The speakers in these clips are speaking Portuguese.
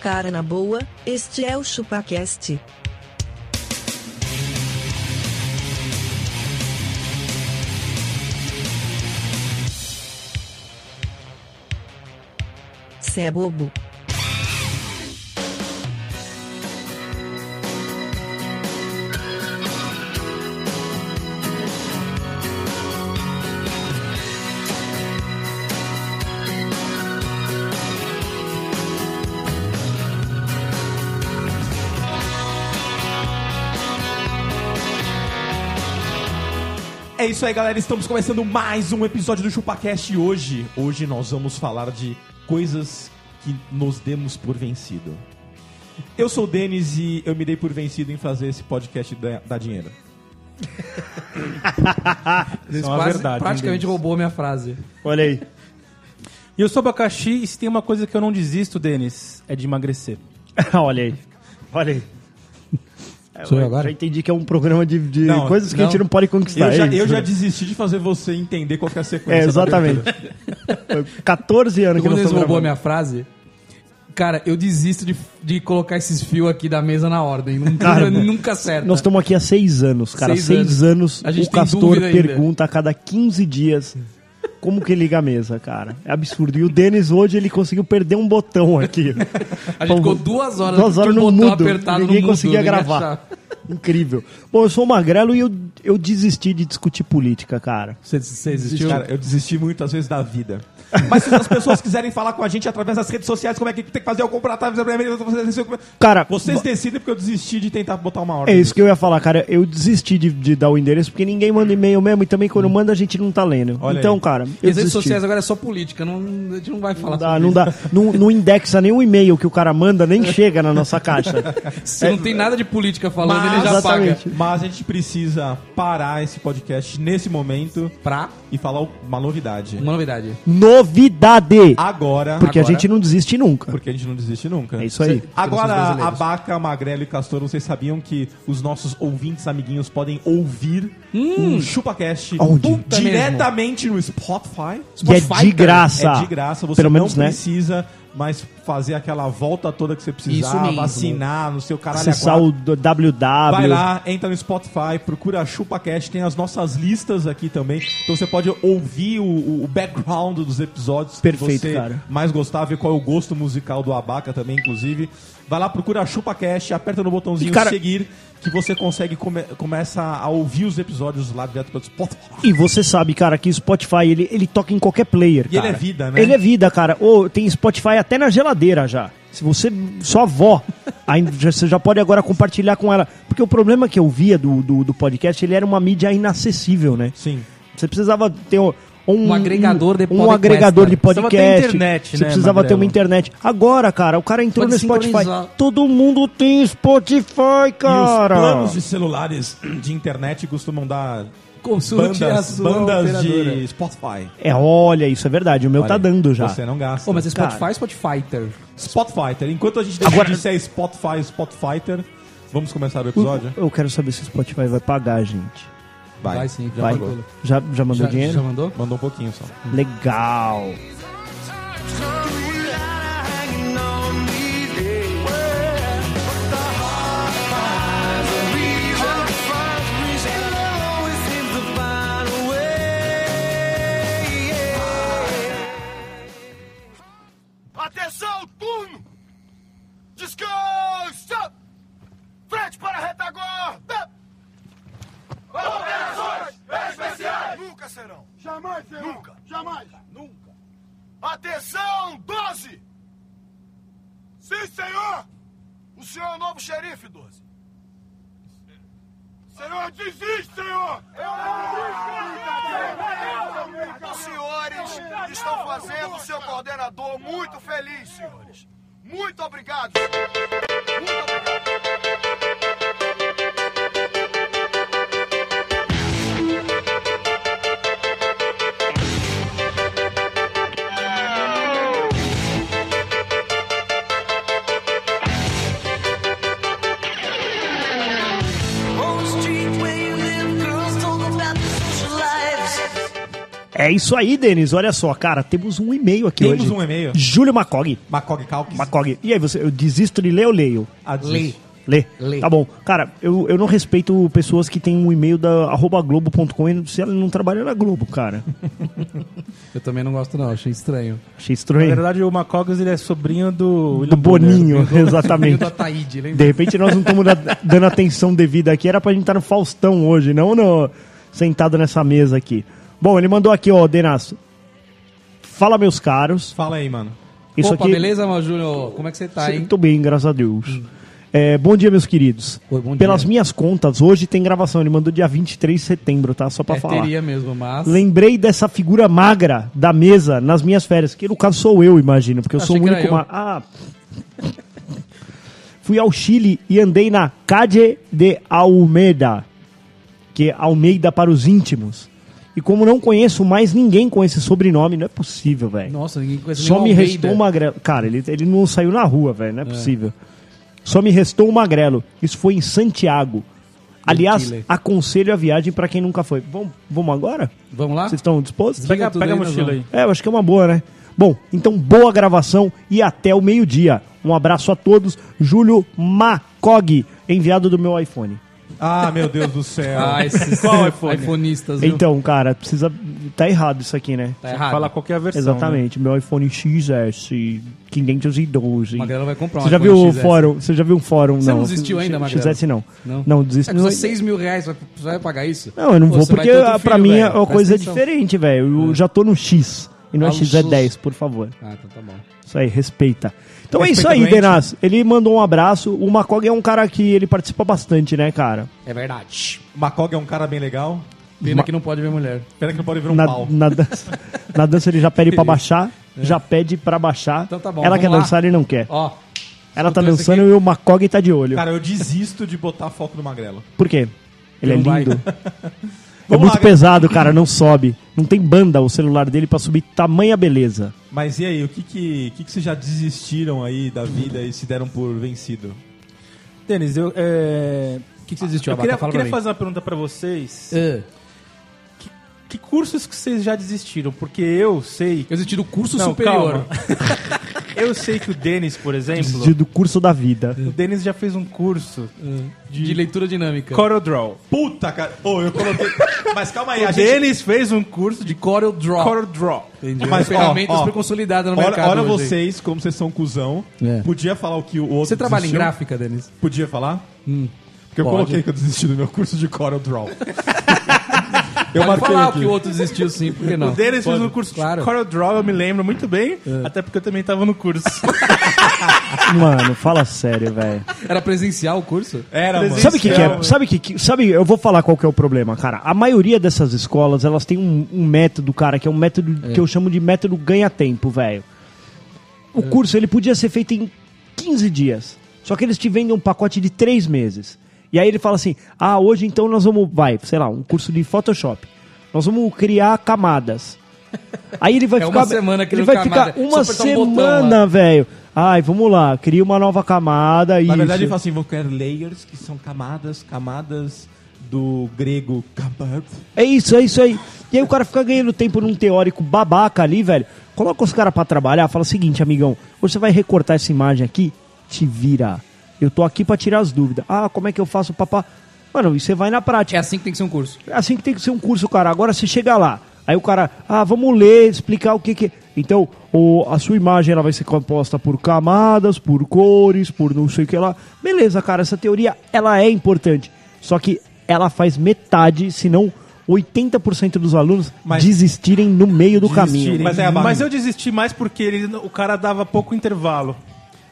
Cara na boa, este é o ChupaCast. Cê é bobo. É isso aí, galera. Estamos começando mais um episódio do ChupaCast e hoje, hoje nós vamos falar de coisas que nos demos por vencido. Eu sou o Denis e eu me dei por vencido em fazer esse podcast da, da dinheiro. Isso é uma quase- verdade, praticamente hein, Denis? roubou a minha frase. Olha aí. E eu sou abacaxi e se tem uma coisa que eu não desisto, Denis, é de emagrecer. Olha aí. Olha aí. Sou eu Eu agora? Já entendi que é um programa de, de Não, coisas que a gente não. não pode conquistar. Eu, já, é isso, eu já né? desisti de fazer você entender qual que é a É, sequência. da exatamente. abertura. Foi 14 anos que Quando eu não eles tô roubou gravando. a minha frase, cara, eu desisto de, de colocar esses fios aqui da mesa na ordem. Nunca, Cara, nunca acerta. Nós estamos aqui há seis anos, cara. Seis Seis, anos, A gente o tem Castor dúvida ainda. pergunta a cada 15 dias como que liga a mesa, cara. É absurdo. E o Denis hoje, ele conseguiu perder um botão aqui. A gente ficou Pô, duas horas, duas horas com no o botão mudo. apertado no Ninguém mudo, conseguia ninguém gravar. achava. Incrível. Bom, eu sou magrelo e eu, eu desisti de discutir política, cara. Você, você existiu? Cara, eu desisti muitas vezes da vida. Mas se as pessoas quiserem falar com a gente através das redes sociais, como é que tem que fazer? Eu comprar através da minha Cara, Vocês decidem porque eu desisti de tentar botar uma ordem. É isso que eu ia falar, cara. Eu desisti de, de dar o endereço porque ninguém manda e-mail mesmo e também quando manda a gente não tá lendo. Olha então, aí. cara, e eu as redes desisti. sociais agora é só política, não, a gente não vai falar Não dá, assim, sobre não né? dá. Não, não indexa nenhum e-mail que o cara manda, nem chega na nossa caixa. isso. É, Se não tem nada de política falando, Mas- ele já Exatamente. Mas a gente precisa parar esse podcast nesse momento paga. Pra e falar uma novidade. uma novidade. Novidade! Ah, Agora, Porque a agora- gente não desiste nunca. porque a gente não desiste nunca. É isso aí. Agora, brasileiros. Abaca, Magrelo e Castor, vocês sabiam que os nossos ouvintes amiguinhos podem ouvir o ChupaCast Onde? pum, Hum. mesmo. diretamente no Spotify? E é Spotify, de graça. É de graça, você Pelo não menos, né? precisa mais fazer aquela volta toda que você Isso precisar, mesmo. vacinar no seu caralho a Acessar quatro. o do- WW. Vai lá, entra no Spotify, procura a ChupaCast, tem as nossas listas aqui também. Então você pode ouvir o- o, o background dos episódios Perfeito, que você cara. mais gostar, ver qual é o gosto musical do Abaca também, inclusive. Vai lá, procura a ChupaCast, aperta no botãozinho E, cara- seguir, que você consegue come- começa a ouvir os episódios lá direto pelo Spotify. E você sabe, cara, que o Spotify ele, ele toca em qualquer player. E ele cara. é vida, né? Ele é vida, cara. Ou tem Spotify até na geladeira já. Se você. Sua avó. Aí já- você já pode agora compartilhar com ela. Porque o problema que eu via do, do, do podcast, ele era uma mídia inacessível, né? Sim. Você precisava ter um. Um agregador de um podcast. agregador de Precisava podcast. ter internet, Você né, precisava ter uma Magrelo? internet. Agora, cara, o cara entrou Pode no Spotify. sincronizar. Todo mundo tem Spotify, E os cara. planos de celulares de internet costumam dar Consulte a bandas, sua bandas operadora. de Spotify. É, olha, isso é verdade. O meu tá Olha, dando já. Você não gasta. Pô, mas é Spotify, Cara. Spotifyter. Spotfighter. tá Enquanto a gente decide Agora- se é Spotfy ou Spotfighter, vamos começar o episódio? Eu quero saber se o Spotify vai pagar, gente. Uh, Vai, Vai sim, já vai. pagou. Já, já mandou Já, dinheiro? já mandou? Mandou um pouquinho só. Legal. Atenção, turno! Descansa! Frente para a retaguarda! Operações especiais! Nunca serão! Jamais serão! Nunca! Jamais! Nunca! Atenção, 12! Sim, senhor! O senhor é o novo xerife, 12. Senhor, desiste, senhor! Os senhores estão fazendo o seu coordenador muito feliz, senhores. Muito obrigado. Muito obrigado. É isso aí, Denis. Olha só, cara, temos um e-mail aqui Temos hoje. um e-mail. Júlio Macog. Macog Calques. Macog. E aí, você, eu desisto de ler ou leio? Ah, diz. Lê. Lê. Lê. Tá bom. Cara, eu, eu não respeito pessoas que têm um e-mail da arroba globo.com e se ela não trabalha na Globo, cara. Eu também não gosto, não. Achei estranho. Achei Na estranho. verdade, o Macogas ele é sobrinho do. Do William Bonner. né? Boninho, Meio exatamente. do Ataíde, De lembra? repente nós não estamos da- dando atenção devida aqui. Era pra gente estar no Faustão hoje, não no, sentado nessa mesa aqui. Bom, ele mandou aqui, ó, Denas. Fala, meus caros. Fala aí, mano. Isso Opa, aqui. beleza, Mal Júnior? Como é que você tá, hein? Hum. Tô bem, graças a Deus. É, bom dia, meus queridos. Oi, bom dia. Pelas minhas contas, hoje tem gravação. Ele mandou dia 23 de setembro, tá? Só pra É, falar. teria mesmo, mas... Lembrei dessa figura magra da mesa nas minhas férias, que no caso sou eu, imagino, porque eu sou o Achei que único era eu. ma- Ah. Fui ao Chile e andei na Calle de Almeida, que é Almeida para os íntimos. E como não conheço mais ninguém com esse sobrenome, não é possível, velho. Nossa, ninguém conhece Só nenhum me Almeida. restou o magrelo. Cara, ele, ele não saiu na rua, velho. Não é, possível. Só me restou o magrelo. Isso foi em Santiago. Aliás, Chile. aconselho a viagem pra quem nunca foi. Vamos, vamos agora? Vamos lá? Vocês estão dispostos? Desliga Pega, tudo pega a aí, nós mochila aí. vamos. É, eu acho que é uma boa, né? Bom, então boa gravação e até o meio-dia. Um abraço a todos. Júlio Macog, enviado do meu iPhone. Ah, meu Deus do céu. Ah, esses Qual iPhone? iPhoneistas, viu? Então, cara, precisa. Tá errado isso aqui, né? tá né? errado. Fala qualquer versão. Exatamente, meu iPhone XS 512. O Magrelo vai comprar um Você já iPhone viu o XS? fórum? Você já viu um fórum? Você não não desistiu ainda, Magrelo? XS não. Não? Não, desisti. É, custa 6 mil reais, vai- você vai pagar isso? Não, eu não Pô, vou você vai porque ter outro ah, pra filho, mim é velho. uma Presta coisa atenção. É. diferente, velho. Eu já tô no X. E não é Ah, X, é luxuoso. 10, por favor. Ah, então tá bom. Isso aí, respeita. Então Respeita é isso aí, doente. Denaz. Ele mandou um abraço. O Macog é um cara que ele participa bastante, né, cara? É verdade. Macog é um cara bem legal. Pena Ma- que não pode ver mulher. Pena que não pode ver um Na, pau. na dança, na dança ele já pede pra baixar, já pede pra baixar. É. Então tá bom, Ela vamos quer lá. dançar, ele não quer. Ó, Ela tá escutou isso dançando aqui? e o Macog tá de olho. Cara, eu desisto de botar foco no Magrelo. Por quê? Ele é Não vai. lindo. é Vamos muito lá, pesado, cara, não sobe. Não tem banda o celular dele pra subir tamanha beleza. Mas e aí, o que que, o que que vocês já desistiram aí da vida e se deram por vencido? Denis, eu. É... o que, que você desistiu, eu Abata? queria, Fala queria pra fazer uma pergunta pra vocês. mim. Ah, Que cursos que vocês já desistiram? Porque eu sei. eu desisti do curso Não, superior. calma. eu sei que o Denis, por Desistiu exemplo, do curso da vida. o Denis já fez um curso De... leitura dinâmica. Corel Draw. Puta, cara. Ô, eu coloquei. Mas calma aí, O a gente. Denis fez um curso de de Corel Draw. Corel Draw. Entendi. Mas, Mas, ó, ferramentas ó. super consolidadas tá no Olha, mercado. olha hoje aí. vocês, como vocês são cuzão. É. Podia falar o que o outro. Você trabalha em desistiu? gráfica, Denis? Podia falar? Porque eu Pode. coloquei que eu desisti do meu curso de Corel Draw. eu Pode marquei falar aqui. que o outro desistiu sim, por que não? O Denis fez Pode. um curso Claro. de Corel Draw, eu me lembro muito bem, até porque eu também tava no curso. Mano, fala sério, velho. Era presencial o curso? Era, mano. Sabe o que, que Era, é? mano. Sabe o que, que- sabe? Eu vou falar qual que é o problema, cara. A maioria dessas escolas elas têm um, um método, cara, que é um método que eu chamo de método ganha-tempo, velho. O É. curso ele podia ser feito em 15 dias, só que eles te vendem um pacote de 3 meses. E aí ele fala assim: ah, hoje então nós vamos, vai, sei lá, um curso de Photoshop. Nós vamos criar camadas. Aí ele vai É ficar. uma semana ele criando vai ficar camada. uma Só apertar um botão lá. semana, velho. Ai, vamos lá, cria uma nova camada. Na isso. verdade, ele fala assim: vão criar layers que são camadas, camadas do grego kabad. É isso, é isso aí. E aí o cara fica ganhando tempo num teórico babaca ali, velho. Coloca os caras pra trabalhar, fala o seguinte, amigão, você vai recortar essa imagem aqui, te vira. Eu tô aqui pra tirar as dúvidas. Ah, como é que eu faço, papá? Mano, e você vai na É prática. assim que tem que ser um curso. É assim que tem que ser um curso, cara. Agora você chega lá. Aí o cara, ah, vamos ler, explicar o que que... Então, o, a sua imagem ela vai ser composta por camadas, por cores, por não sei o que lá. Beleza, cara, essa teoria, ela é importante. Só que ela faz metade, se não 80% dos alunos Mas- desistirem no meio do caminho. Mas é a barra. Mas eu desisti mais porque ele- o cara dava pouco intervalo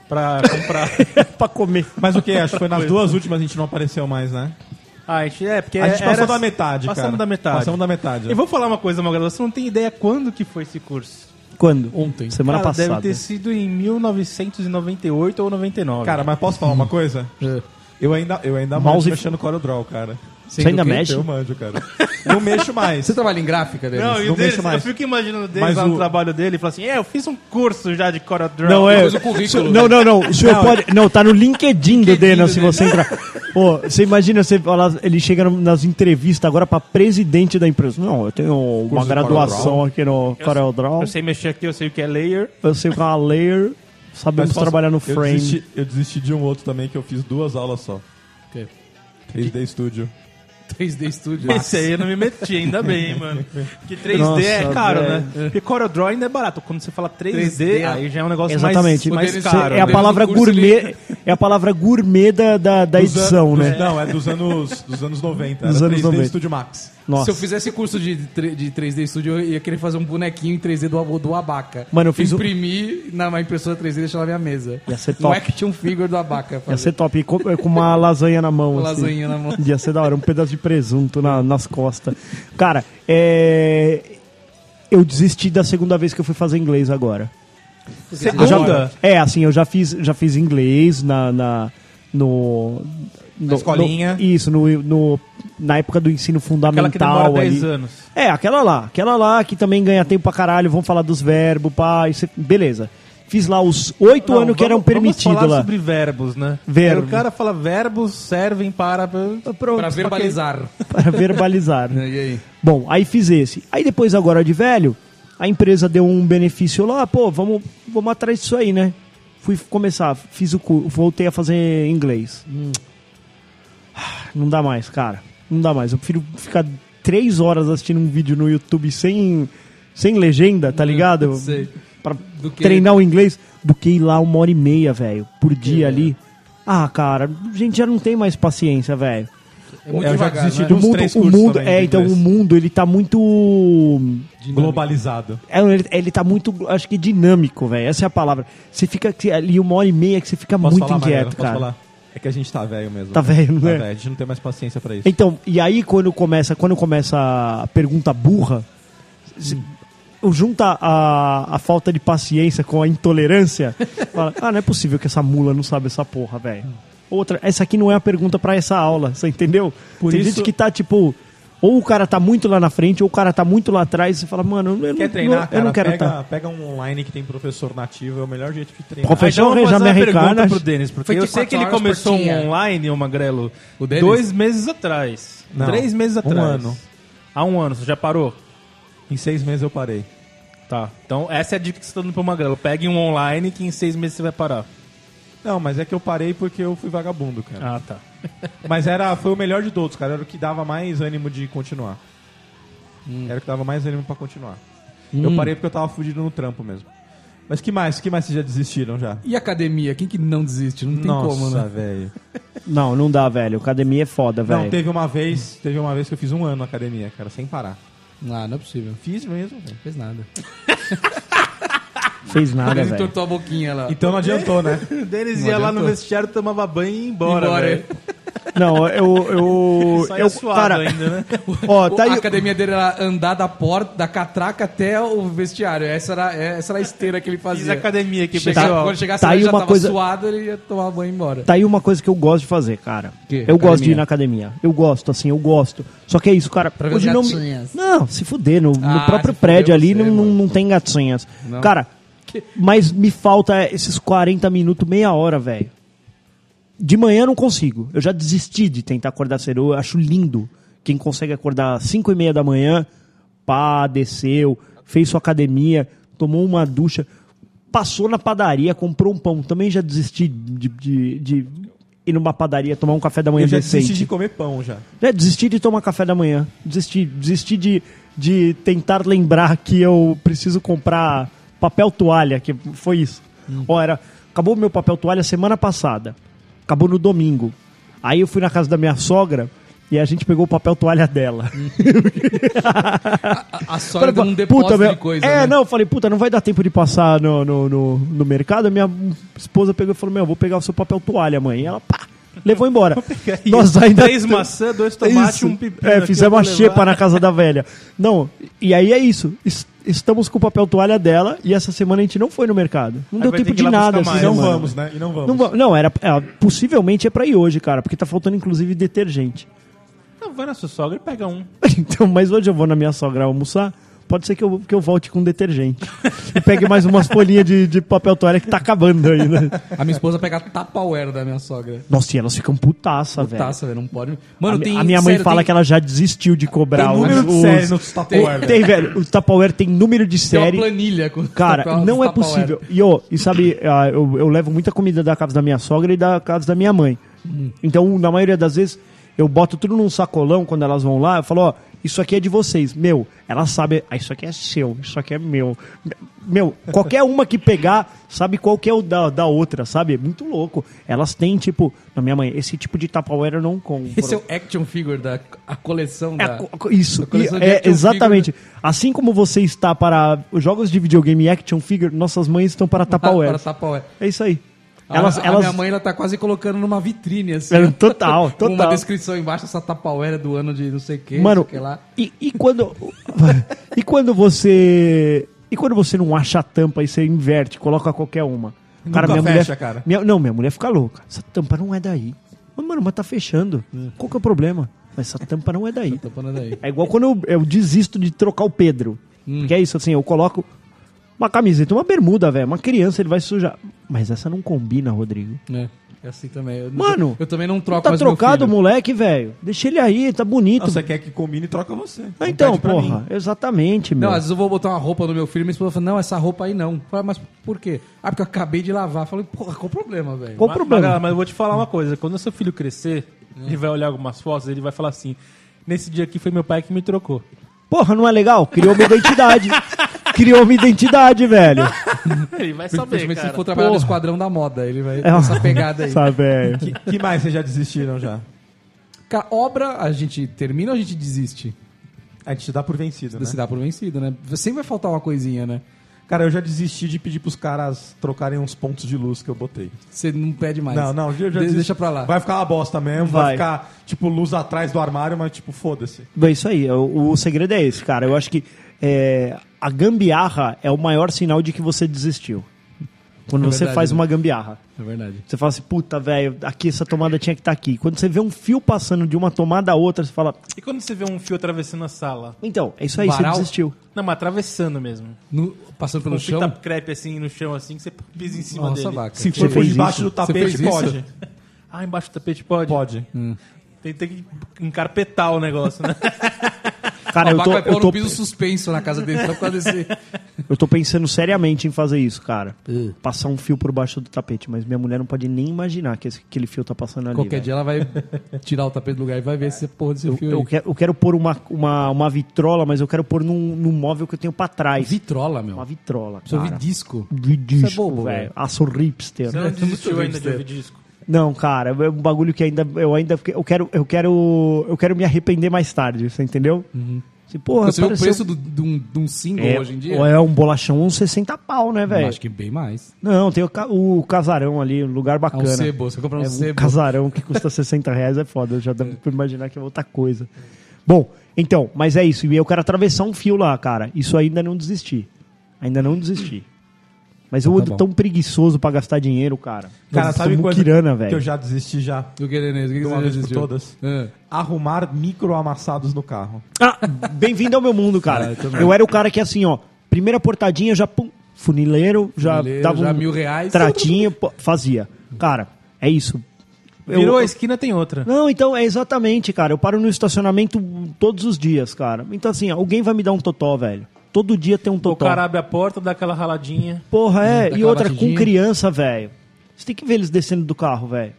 pra comprar. pra comer. Mas o que? Acho que foi nas duas últimas a gente não apareceu mais, né? ah, gente, é, porque A gente era- passou da metade, cara. Passamos da metade. Passamos da metade. né? E vou falar uma coisa, Magalhães, você não tem ideia quando que foi esse curso. Quando? Ontem. Semana Cara, passada. Deve ter sido em 1998 ou 99. Cara, mas posso falar uma coisa? É. Eu ainda, eu ainda Mouse manjo e- mexendo no CorelDRAW, cara. Você ainda Sendo que- mexe? Eu manjo, cara. Não mexo mais. tá Você trabalha em gráfica, Denis? Não, e não o Denis, mexe mais. eu fico imaginando o Denis Mas lá o- no trabalho dele e fala assim: é, eu fiz um curso já de Corel Draw. Não, é. Depois o currículo, né? Não, não, não. O senhor Não, pode. Não, tá no LinkedIn do LinkedIn Dena, do se Dena. você entrar. Pô, você imagina você falar, ele chega no- nas entrevistas agora pra presidente da empresa. Não, eu tenho uma Curso de graduação aqui no CorelDRAW. Eu sei mexer aqui, eu sei o que é layer. Eu sei com a layer, Mas sabemos posso- trabalhar no Eu frame. desisti, eu desisti de um outro também que eu fiz duas aulas só. Ok. 3D Studio. 3D Studio. Esse é aí eu não me meti, ainda bem, mano. Que 3D Nossa, é caro, velho. né? Porque Corel Draw ainda é barato. Quando você fala 3D, 3D, aí já é um negócio Exatamente. mais, Você- mais é caro. a né? Denis pa- palavra no curso, gourmet, é a palavra gourmet da, da, da Dos an- edição, dos- né? Não, é dos anos, dos anos 90. Dos era anos 3D 90. Studio Max. Se Nossa. eu fizesse curso de, tre- de 3D Studio, eu ia querer fazer um bonequinho em 3D do, abo- do abaca. Mano, eu fiz um- Imprimir na uma impressora 3D e deixar na minha mesa. Ia ser Um top. action figure do abaca. Ia fazer. ser top. E Com, é com uma lasanha na mão. Uma assim. lasanha na mão. Ia ser da hora. Um pedaço de presunto na- nas costas. Cara, é... eu desisti da segunda vez que eu fui fazer inglês agora. Eu já- Segunda? é, assim, eu já fiz, já fiz inglês na. na no, no- escolinha. no- isso, no, no- na época do ensino fundamental. Aquela que demora 10 ali. anos. É, aquela lá. Aquela lá que também ganha tempo pra caralho. Vamos falar dos verbos, pá. isso é- beleza. Fiz lá os oito anos que eram permitidos falar lá. sobre verbos, né? Verbo. Aí O cara fala verbos servem para... Pronto, Pra verbalizar. Para verbalizar. né? E aí? Bom, aí fiz esse. Aí depois, agora de velho, a empresa deu um benefício lá, pô, vamos, vamos atrás disso aí, né? Fui começar, fiz o curso, voltei a fazer inglês. Hum. Ah, Não dá mais, cara. Não dá mais. Eu prefiro ficar três horas assistindo um vídeo no YouTube sem, sem legenda, tá ligado? É, sei. Pra Do que- é treinar o inglês, do que ir lá uma hora e meia, velho, por dia ali. Ah, cara, a gente já não tem mais paciência, velho É muito Eu já devagar, desisti né? de o uns mundo, três o cursos mundo também é de então inglês. o mundo ele tá muito Globalizado. é, ele, ele tá muito acho que dinâmico velho essa é a palavra você fica aqui- ali uma hora e meia que você fica Posso muito falar, Mariana? inquieto Posso cara falar? É que a gente tá velho mesmo. Tá cara. velho, né? A gente não tem mais paciência pra isso. então e aí quando começa quando começa a pergunta burra se- junta a, a falta de paciência com a intolerância fala, ah não é possível que essa mula não sabe essa porra velho outra essa aqui não é a pergunta pra essa aula você entendeu Por tem isso- gente que tá tipo ou o cara tá muito lá na frente, ou o cara tá muito lá atrás, e você fala, mano, eu não, Quer não- treinar, eu cara? não quero tá-" pega, estar. pega um online que tem professor nativo, é o melhor jeito de treinar. Profe- Fechou, Então, eu vou já fazer me uma pergunta arrecada. pro Denis, porque Foi eu que sei que ele quatro horas começou por um dia. online, ô Magrelo, O Denis? dois meses atrás. Não, Três meses um atrás. ano. Há um ano, você já parou? Em seis meses eu parei. Tá. Então, essa é a dica que você tá dando pro Magrelo. Pegue um online que em seis meses você vai parar. Não, mas é que eu parei porque eu fui vagabundo, cara. Ah, tá. Mas era, foi o melhor de todos, cara. Era o que dava mais ânimo de continuar. Era o que dava mais ânimo pra continuar. Eu parei porque eu tava fudido no trampo mesmo. Mas que mais? Que mais vocês já desistiram já? E academia? Quem que não desiste? Não tem como, Nossa, né? velho. Não, não dá, velho. Academia é foda, Não, velho. teve uma vez, teve uma vez que eu fiz um ano na academia, cara, sem parar. Ah, não é possível. Fiz mesmo, velho. Fez nada. Fez nada, Ele velho. entortou a boquinha lá. Então não adiantou, né? O Denis Não ia lá adiantou. no vestiário, tomava banho e ia embora. Embora. velho. Não, eu. eu, Saia eu é suado cara, ainda, né? ó, O- tá aí. A academia dele era andar da porta, da catraca até o vestiário. Essa era, essa era a esteira que ele Fiz fazia. academia aqui, Chega- pessoal. quando chegasse Tá lá, aí ele já uma tava coisa- suado, ele ia tomar banho e ir embora. Tá aí uma coisa que eu gosto de fazer, cara. Que? Eu gosto de ir Academia. na academia. Eu gosto, assim, eu gosto. Só que é isso, cara. Pra ver hoje as não, me... gatinhas. não, se fuder. No, no Ah, próprio se fuder prédio ali você, não, não, mano. não tem gatinhas. Não. Cara, mas me falta esses 40 minutos, meia hora, velho. De manhã eu não consigo. Eu já desisti de tentar acordar cedo. Eu acho lindo quem consegue acordar às 5 e meia da manhã, pá, desceu, fez sua academia, tomou uma ducha, passou na padaria, comprou um pão. Também já desisti de, de- de ir numa padaria, tomar um café da manhã Eu já desisti de decente. comer pão já. É, desisti de tomar café da manhã. Desisti, desisti de, de tentar lembrar que eu preciso comprar papel toalha, que foi isso. Ó, era, acabou o meu papel toalha semana passada. Acabou no domingo. Aí eu fui na casa da minha sogra e a gente pegou o papel toalha dela. A, a sogra deu um depósito puta, meu- de coisa. É, né? não, eu falei, puta, não vai dar tempo de passar no, no, no, no mercado. A minha esposa pegou e falou, meu, vou pegar o seu papel toalha, mãe. E ela, pá, levou embora. Nós ainda um Três maçã, dois tomates, Isso. um pepino. É, aqui, fizeram eu vou uma levar. xepa na casa da velha. Não, e aí é isso. Es- estamos com o papel toalha dela e essa semana a gente não foi no mercado. Não Aí deu vai tempo ter que ir de lá nada. buscar essa E não semana. vamos, né? E não vamos. Não, va- não, era, é, possivelmente é pra ir hoje, cara, porque tá faltando inclusive detergente. Não, vai na sua sogra e pega um. Então, mas hoje eu vou na minha sogra almoçar. Pode ser que eu, que eu volte com detergente. E pegue mais umas folhinhas de, de papel toalha que tá acabando ainda. A minha esposa pega tapaware da minha sogra. Nossa, e elas ficam putaça, velho. Taça, velho, não pode. É. A, Mano, mi- tem. a minha mãe sério, fala tem- que ela já desistiu de cobrar Tem os- número de os- série no Tupperware. Tem, velho. O Tupperware tem número de tem uma série. planilha com Cara, com- não é Tupperware. possível. E, ô, e sabe, ah, eu, eu levo muita comida da casa da minha sogra e da casa da minha mãe. Hum. Então, na maioria das vezes, eu boto tudo num sacolão quando elas vão lá. Eu falo, ó, isso aqui é de vocês. Meu, elas sabem, ah, isso aqui é seu, isso aqui é meu. Meu, qualquer uma que pegar, sabe qual que é o da, da outra, sabe? É muito louco. Elas têm, tipo, na minha mãe, esse tipo de tapaware eu não compro. Esse é o action figure da a coleção É, da. co- co- isso, da coleção e- de é, action exatamente. Assim como você está para os jogos de videogame e action figure, nossas mães estão para Agora Tupperware. Tupperware. tá É isso aí. A- Elas, a, elas... minha mãe ela tá quase colocando numa vitrine assim. É, ó. total, Com uma total. descrição embaixo essa tapauera do ano de não sei o que, Mano, não é sei o que lá. e, e quando e quando você e quando você não acha a tampa e você inverte, coloca qualquer uma. Nunca fecha, mulher, cara. minha- não, minha mulher fica louca. Essa tampa não é daí. Mas, mano, mas tá fechando. Qual que é o problema? Mas essa tampa não é daí. Tô falando aí. É igual quando eu, eu desisto de trocar o Pedro. Hum. Que é isso, assim, eu coloco uma camiseta, uma bermuda, velho. Uma criança, ele vai sujar. Mas essa não combina, Rodrigo. É, é assim também. Eu, Mano, eu também não troco tá mais meu trocado, filho. moleque, velho. Deixa ele aí, tá bonito. Não, você quer que combine e troca você. Ah, Não então, pede pra porra, mim. exatamente, meu. Não, às vezes eu vou botar uma roupa no meu filho e minha esposa fala, não, essa roupa aí não. Fala, mas por quê? Ah, porque eu acabei de lavar. Eu Falei, porra, qual o problema, velho? Qual o problema? Mas, mas eu vou te falar uma coisa. Quando seu filho crescer, ele vai olhar algumas fotos, ele vai falar assim... Nesse dia aqui foi meu pai que me trocou. Porra, não é legal? Criou minha identidade. Criou minha identidade, velho. Ele vai Principalmente se for trabalhar no Porra. É esquadrão da moda, ele vai ter essa pegada aí. Sabe, velho. Que, que mais vocês já desistiram já? Cara, obra, a gente termina ou a gente desiste? A gente se dá por vencido, né? Se dá por vencido, né? Sempre vai faltar uma coisinha, né? Cara, eu já desisti de pedir pros caras trocarem uns pontos de luz que eu botei. Você não pede mais. Não, não, eu já De- desisti. Deixa pra lá. Vai ficar uma bosta mesmo, vai, Vai. ficar, tipo, luz atrás do armário, mas, tipo, foda-se. Bem, isso aí. O, o segredo é esse, cara. Eu acho que é, a gambiarra é o maior sinal de que você desistiu. Quando É você verdade, faz né? uma gambiarra. É verdade. Você fala assim, puta, velho, aqui essa tomada tinha que estar aqui. Quando você vê um fio passando de uma tomada a outra, você fala, E quando você vê um fio atravessando a sala? então, é isso aí, Varal? você desistiu. Não, mas atravessando mesmo. No- passando pelo um chão? fio tá crepe assim no chão, assim, que você pisa em cima Nossa, dele. vaca. Se Você for por fez debaixo isso? Tipo, Hum. do tapete, fez isso? pode. Ah, embaixo do tapete pode? Pode. Tem, tem que encarpetar o negócio, né? Cara, o eu Baco tô, vai pôr eu, tô, um piso suspenso na casa dele, só por causa desse... eu tô pensando seriamente em fazer isso, cara. Hum. Passar um fio por baixo do tapete, mas minha mulher não pode nem imaginar que esse- aquele fio tá passando ali. Qualquer velho. dia ela vai tirar o tapete do lugar e vai ver esse porra desse fio Eu aí. quero, eu quero pôr uma, uma, uma vitrola, mas eu quero pôr num, num móvel que eu tenho pra trás. Vitrola, meu. Uma vitrola, Precisa cara. ouvir disco. Vi Isso é bobo, disco, velho. velho. é um Aço hipster. Você não muito desistiu ainda de hipster. ouvir disco. Não, cara, é um bagulho que ainda eu ainda eu quero eu quero eu quero me arrepender mais tarde, você entendeu? Assim, porra, Uhum. Você viu o pareceu- preço do- de um, de um single é, hoje em dia? ou é um bolachão uns 60 pau, né, Eu velho? Acho que bem mais. Não, tem o, ca- o casarão ali, um lugar Ah, um bacana. sebo. Você compra um É, um sebo. casarão que custa 60 reais é foda. Eu já dá pra imaginar que é outra coisa. Bom, então, mas é isso. E eu quero atravessar um fio lá, cara. Isso ainda não desisti. Ainda não desisti. Mas eu Então tá ando bom. tão preguiçoso pra gastar dinheiro, cara. Cara, eu sabe coisa sou muquirana, que eu velho. já desisti já? Do Guerenês, o De que que uma você vez por assistiu? todas. Ah. Arrumar microamassados no carro. Ah, bem-vindo ao meu mundo, Ah, cara. eu era o cara que assim, ó, primeira portadinha já pum, funileiro, já Funileiro, dava já um mil reais. tratinho, pô, fazia. Cara, é isso. Eu- Virou a esquina, tem outra. Não, então é exatamente, cara. Eu paro no estacionamento todos os dias, cara. Então, assim, alguém vai me dar um totó, velho. Todo dia tem um O totó. cara abre a porta, dá aquela raladinha. Porra, é. E aquela outra, batidinha. com criança, velho. Você tem que ver eles descendo do carro, velho.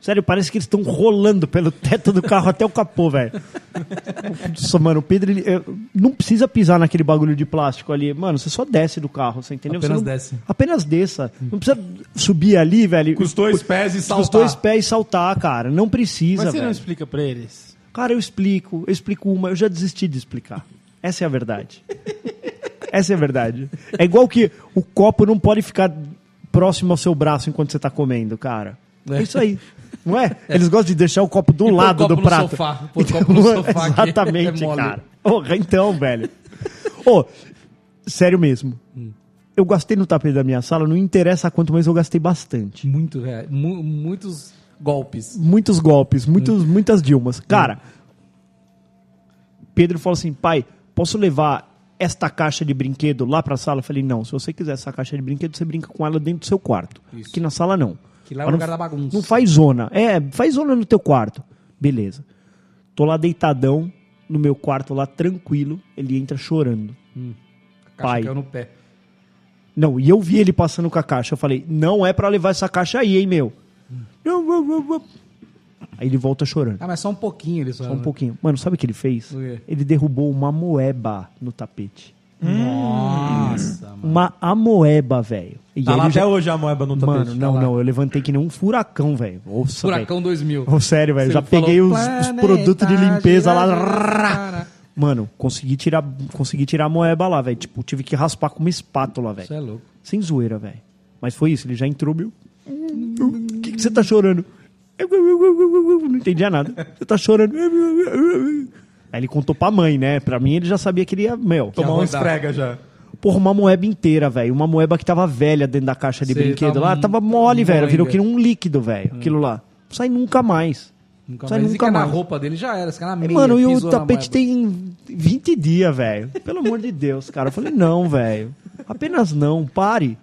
Sério, parece que eles estão rolando pelo teto do carro até o capô, velho. Nossa, mano, o Pedro, ele, eh, não precisa pisar naquele bagulho de plástico ali. Mano, você só desce do carro, você entendeu? Você Apenas não- desce. Apenas desça. Não precisa subir ali, velho. Com os dois pés e Com os saltar. dois pés e saltar, cara. Não precisa, Mas você não velho. explica pra eles. Cara, eu explico, eu explico uma, eu já desisti de explicar. Essa é a verdade. Essa é a verdade. É igual que o copo não pode ficar próximo ao seu braço enquanto você tá comendo, cara. É isso aí. Não é? Eles gostam de deixar o copo do E pôr o lado copo do no prato. Então, sofá, pôr o copo no sofá que é exatamente, mole. cara. Porra, então, velho. Ô, Sério mesmo. Hum. Eu gastei no tapete da minha sala, não interessa quanto, mas eu gastei bastante. Muito, é, mu- muitos golpes. Muitos golpes, muitos, muitas Hum. Dilmas. Cara, Pedro falou assim: pai, posso levar esta caixa de brinquedo lá pra sala? Eu falei: não, se você quiser essa caixa de brinquedo, você brinca com ela dentro do seu quarto. Isso. Aqui na sala não. Que lá é Mas o não lugar da bagunça. Não faz zona. É, faz zona no teu quarto. Beleza. Tô lá deitadão no meu quarto lá tranquilo, ele entra chorando. A caixa Pai. caiu no pé. Não, e eu vi ele passando com a caixa. Eu falei, não é pra levar essa caixa aí, hein, meu. Hum. Não, não, não, não. Aí ele volta chorando. Ah, mas só um pouquinho ele só. Só um né? pouquinho. Mano, sabe o que ele fez? O quê? Ele derrubou uma moeba no tapete. Nossa, mano. Uma amoeba, velho. E Tá ele lá até já- hoje a moeba no tapete. tá Mano, não, lá. não. Eu levantei que nem um furacão, velho. Nossa, velho. Furacão 2000. Ô, sério, velho. Você Já peguei falou, os, os "Planeta, né? produtos de limpeza lá. girará". Mano, consegui tirar, consegui tirar a moeba lá, velho. Tipo, tive que raspar com uma espátula, velho. Você é louco. Sem zoeira, velho. Mas foi isso, ele já entrou, meu. O que que você tá chorando? Não entendia nada. Você tá chorando. Aí ele contou pra mãe, né? Pra mim ele já sabia que ele ia, meu. Tomar um rodar. esfrega já. Porra, uma moeba inteira, velho. Uma moeba que tava velha dentro da caixa de Sei, brinquedo tava lá. um- Tava mole, velho. Virou molenga. Hum. que nem um líquido, velho. Aquilo lá. Não sai nunca mais. Nunca Sai é mais. Esse nunca cara mais. na roupa dele já era. Esse cara na meia, Mano, e o pisou na tapete moeba. tem 20 dias, velho. Pelo amor de Deus, cara. Eu falei, não, velho. Apenas não, pare.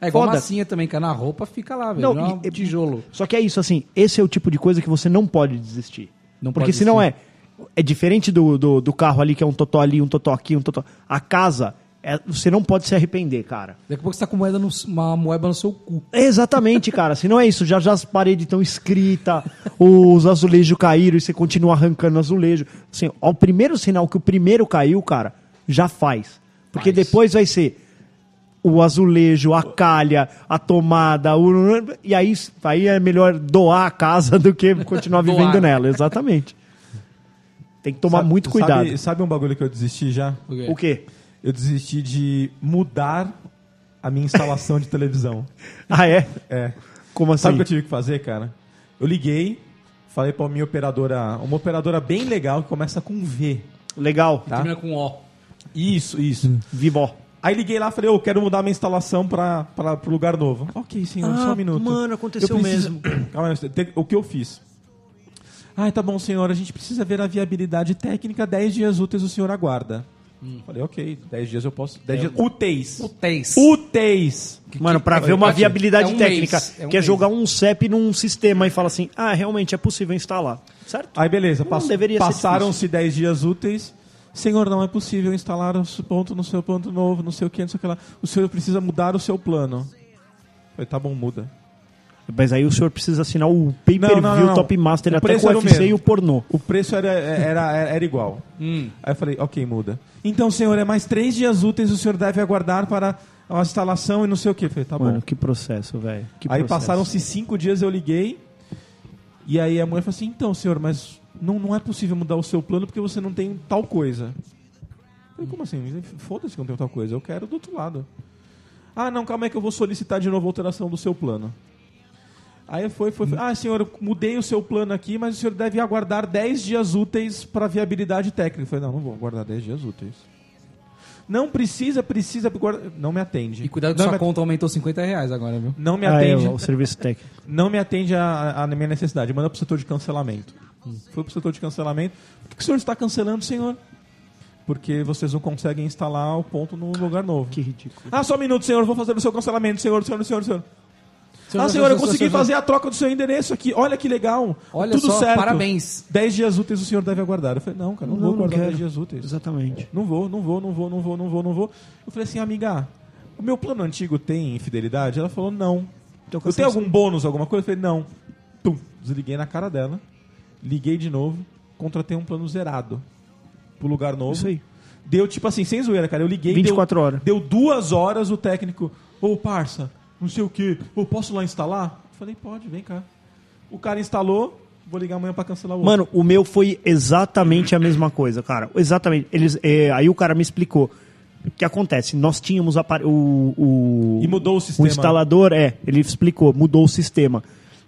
É igual Foda. massinha também, cara. Na roupa fica lá, velho. Não, Não, um e- e- é tijolo. Só que é isso, assim, esse é o tipo de coisa que você não pode desistir. Não Porque pode senão é. É diferente do, do, do carro ali, que é um totó ali, um totó aqui, um totó. A casa, é- você não pode se arrepender, cara. Daqui a pouco você tá com moeda no, uma moeba no seu cu. Exatamente, cara. Se não é isso, já, já as paredes estão escritas, os azulejos caíram e você continua arrancando azulejo. Assim, ó, o primeiro sinal que o primeiro caiu, cara, já faz. Porque Faz. depois vai ser o azulejo, a calha, a tomada, o... e aí, aí é melhor doar a casa do que continuar Doar, vivendo né? nela. Exatamente. Tem que tomar Sabe- muito cuidado. Sabe, sabe um bagulho que eu desisti já? O quê? Eu desisti de mudar a minha instalação de televisão. Ah, é? É. Como assim? Sabe o que eu tive que fazer, cara? Eu liguei, falei pra minha operadora, uma operadora bem legal que começa com V. Legal. Tá. Termina com O. Isso, isso. Vivó. Aí liguei lá e falei, eu quero mudar minha instalação pra, pra, pro lugar novo. Ok, senhor, só um minuto. mano, aconteceu Eu preciso- mesmo. Calma aí, um tem- o que eu fiz? Ah, tá bom, senhor, a gente precisa ver a viabilidade técnica, 10 dias úteis o senhor aguarda. Falei, ok, 10 dias eu posso... 10 dias úteis. Putéis. Úteis! Mano, pra que- ver uma Pode- viabilidade é um técnica, mês, é um que é mês. jogar um CEP num sistema e fala assim, ah, realmente é possível instalar, certo? Aí beleza, Não pass- deveria ser passaram-se 10 dias úteis. Senhor, não é possível instalar o seu ponto no seu ponto novo, não sei o que, não sei o que lá. O senhor precisa mudar o seu plano. Falei, tá bom, muda. Mas aí o senhor precisa assinar o Não, não, não, pay-per-view não. Top Master O até preço com o era o UFC e mesmo. Tá o pornô. O preço era, era, era, era igual. Aí eu falei, ok, muda. Então, senhor, é mais três dias úteis o senhor deve aguardar para a instalação e não sei o que. Falei, tá bom. Mano, que processo, velho. que aí processo. passaram-se cinco dias, eu liguei. E aí a mulher falou assim, então, senhor, mas não, não é possível mudar o seu plano porque você não tem tal coisa. Eu falei, como assim? Foda-se que eu não tenho tal coisa, eu quero do outro lado. Ah, não, calma aí que eu vou solicitar de novo a alteração do seu plano. Aí foi, foi, foi. Ah, senhor, eu mudei o seu plano aqui, mas o senhor deve aguardar 10 dias úteis para viabilidade técnica. Eu falei, não, não vou aguardar 10 dias úteis. Não precisa, precisa. guarda- Não me atende. E cuidado que não, sua me- conta aumentou 50 reais agora, viu? não me Ah, é, atende o serviço técnico. não me atende à minha necessidade. Manda pro setor de cancelamento. Foi pro setor de cancelamento. Por que, que o senhor está cancelando, senhor? Porque vocês não conseguem instalar o ponto no lugar novo. Que ridículo. Ah, só um minuto, senhor. Vou fazer o seu cancelamento, senhor, senhor, senhor, senhor. Então, ah, senhor, eu consegui fazer a troca do seu endereço aqui. Olha que legal. Olha Tudo só, certo. parabéns. 10 dias úteis o senhor deve aguardar. Eu falei, não, cara, não, vou aguardar 10 dias úteis. Exatamente. Não vou, não vou, não vou, não vou, não vou, não vou. Eu falei assim, amiga, o meu plano antigo tem fidelidade? Ela falou, não. Então, eu tenho algum bônus, alguma coisa? Eu falei, não. Tum, desliguei na cara dela, liguei de novo, contratei um plano zerado pro lugar novo. Isso aí. Deu tipo assim, sem zoeira, cara. Eu liguei. 24 deu, horas. Deu duas horas o técnico. Ô, parça, não sei o quê. Ô, posso lá instalar? Eu falei, pode, vem cá. O cara instalou, vou ligar amanhã pra cancelar o outro. Mano, o meu foi exatamente a mesma coisa, cara. Exatamente. Eles, é, aí o cara me explicou. O que acontece? Nós tínhamos apare- o, o. E mudou o sistema. né? O instalador, é, ele explicou, mudou o sistema.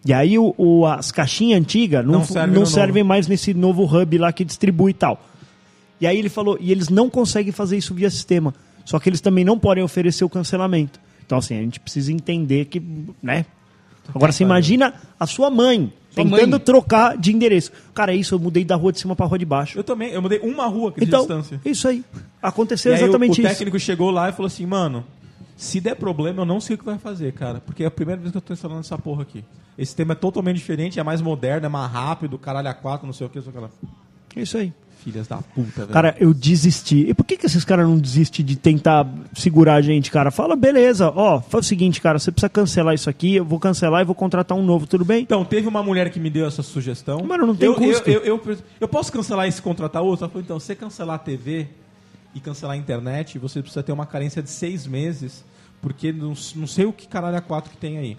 E aí o, o- as caixinhas antigas não, Não fu- serve não no servem mais nesse novo hub lá que distribui e tal. E aí ele falou, e eles não conseguem fazer isso via sistema. Só que eles também não podem oferecer o cancelamento. Então, assim, a gente precisa entender que, né? Agora, você imagina a sua mãe Sua tentando mãe. trocar de endereço. Cara, é isso, eu mudei da rua de cima pra rua de baixo. Eu também, eu mudei uma rua aqui de Então, distância. isso aí. Aconteceu E aí o- o, exatamente isso. técnico chegou lá e falou assim, mano, se der problema, eu não sei o que vai fazer, cara. Porque é a primeira vez que eu tô instalando essa porra aqui. Esse tema é totalmente diferente, é mais moderno, é mais rápido, caralho a quatro, não sei o que, não sei o que lá. Isso aí. Filhas da puta, velho. Cara, eu desisti. E por que, que esses caras não desistem de tentar segurar a gente, cara? Fala, beleza, ó, faz o seguinte, cara, você precisa cancelar isso aqui, eu vou cancelar e vou contratar um novo, tudo bem? Então, teve uma mulher que me deu essa sugestão. Mano, não tem eu, custo. Eu, eu, eu, eu posso cancelar e se contratar outro? Ela falou, então, você cancelar a TV e cancelar a internet, você precisa ter uma carência de seis meses, porque não, não sei o que caralho a quatro que tem aí.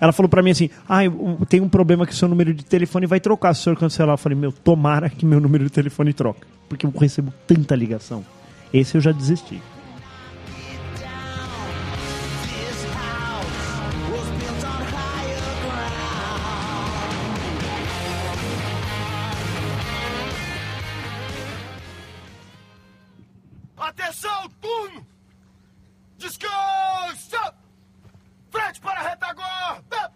Ela falou pra mim assim: ah, eu- tem um problema que o seu número de telefone vai trocar se o senhor cancelar. Eu falei: meu, tomara que meu número de telefone troca, porque eu recebo tanta ligação. Esse eu já desisti. Atenção, turno! Descansa! Frente para a retaguarda!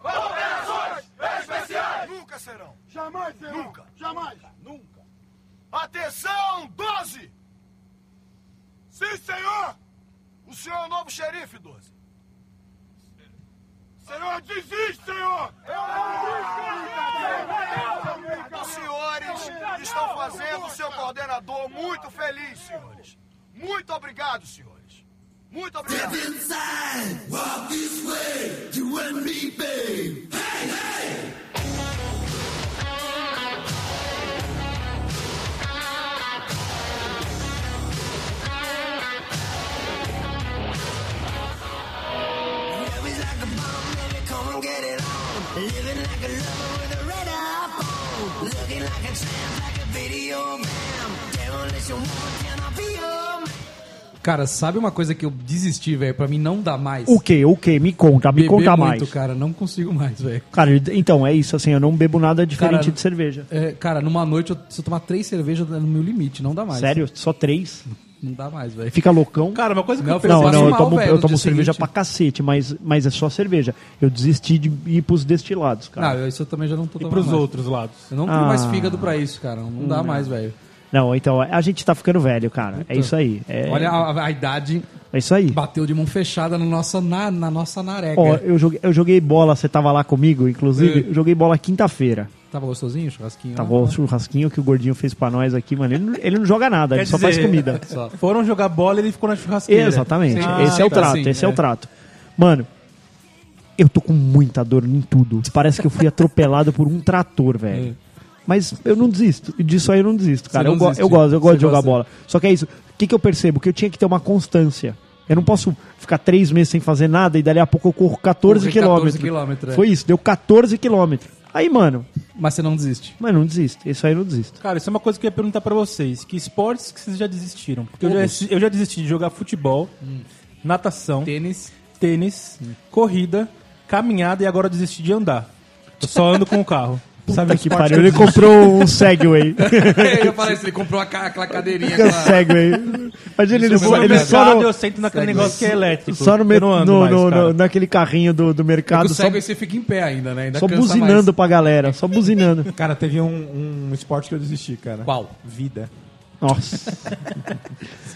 Operações especiais! Nunca serão! Jamais serão! Nunca! Jamais! Nunca! Atenção, 12! Sim, senhor! O senhor é o novo xerife, 12. Senhor, desiste, senhor! Os senhores estão fazendo o seu coordenador muito feliz, senhores. Muito obrigado, senhores. Muito obrigado. Cara, sabe uma coisa que eu desisti, velho? Pra mim não dá mais. O que? O que? Me conta, me Beber conta muito, mais. cara. Não consigo mais, velho. Cara, então, é isso, assim, eu não bebo nada diferente Cara, de cerveja. É, cara, numa noite, eu, se eu tomar três cervejas, é no meu limite. Não dá mais. Sério? Só três? Não dá mais, velho. Fica loucão? Cara, uma coisa que Não, eu Não, Você passa não, eu mal, tomo, velho, eu no tomo dia cerveja seguinte. pra cacete, mas, mas é só cerveja. Eu desisti de ir pros destilados, cara. Não, eu- isso eu também já não tô E tomando pros mais. outros lados? Eu não tenho mais Ah. Hum, fígado pra isso, cara. Não dá mais, velho. Não, então, a gente tá ficando velho, cara. É isso aí. É, Olha, a, a idade é isso aí. bateu de mão fechada no nossa, na, na nossa nareca. Ó, eu joguei, eu joguei bola, você tava lá comigo, inclusive. Eu joguei bola quinta-feira. Tava gostosinho o churrasquinho? né? Tava o lá? churrasquinho que o gordinho fez pra nós aqui, mano. Ele não, ele não joga nada, ele só faz comida. Só. Foram jogar bola e ele ficou na churrasqueira. Exatamente. Ah, esse é o tá, trato, sim, esse é. o é. trato. Mano, eu tô com muita dor em tudo. Parece que eu fui atropelado por um trator, velho. Mas eu não desisto. Disso aí eu não desisto, cara. não eu, go- desiste. eu gosto, eu gosto Você de jogar gosta. bola. Só que é isso. O que, que eu percebo? Que eu tinha que ter uma constância. Eu não posso ficar três meses sem fazer nada e dali a pouco eu corro 14 Corre 14 quilômetros. quilômetros, é. Foi isso, deu 14 quilômetros. Aí, mano, Mas você não desiste. mas não desisto. Isso aí eu não desisto. Cara, isso é uma coisa que eu ia perguntar pra vocês. Que esportes que vocês já desistiram? Porque eu já, Todos. eu já desisti de jogar futebol, natação, Tênis. tênis, corrida, caminhada e agora eu desisti de andar. Eu só ando com o carro. Sabe Puta o que esporte pariu, eu ele desisti? comprou um Segway. eu falei assim, ele comprou a ca- aquela cadeirinha. Aquela... Segway. Imagina, ele, Eu vou só- no ele só mercado, no, Eu sento naquele negócio que é elétrico. Só no, Eu me- não ando no- mais, no- cara. no- naquele carrinho do, do mercado, só, Consegue, você fica em pé ainda, né? Ainda só cansa mais. buzinando pra galera, só buzinando. Cara, teve um, um esporte que eu desisti, cara. Qual? Vida. Nossa,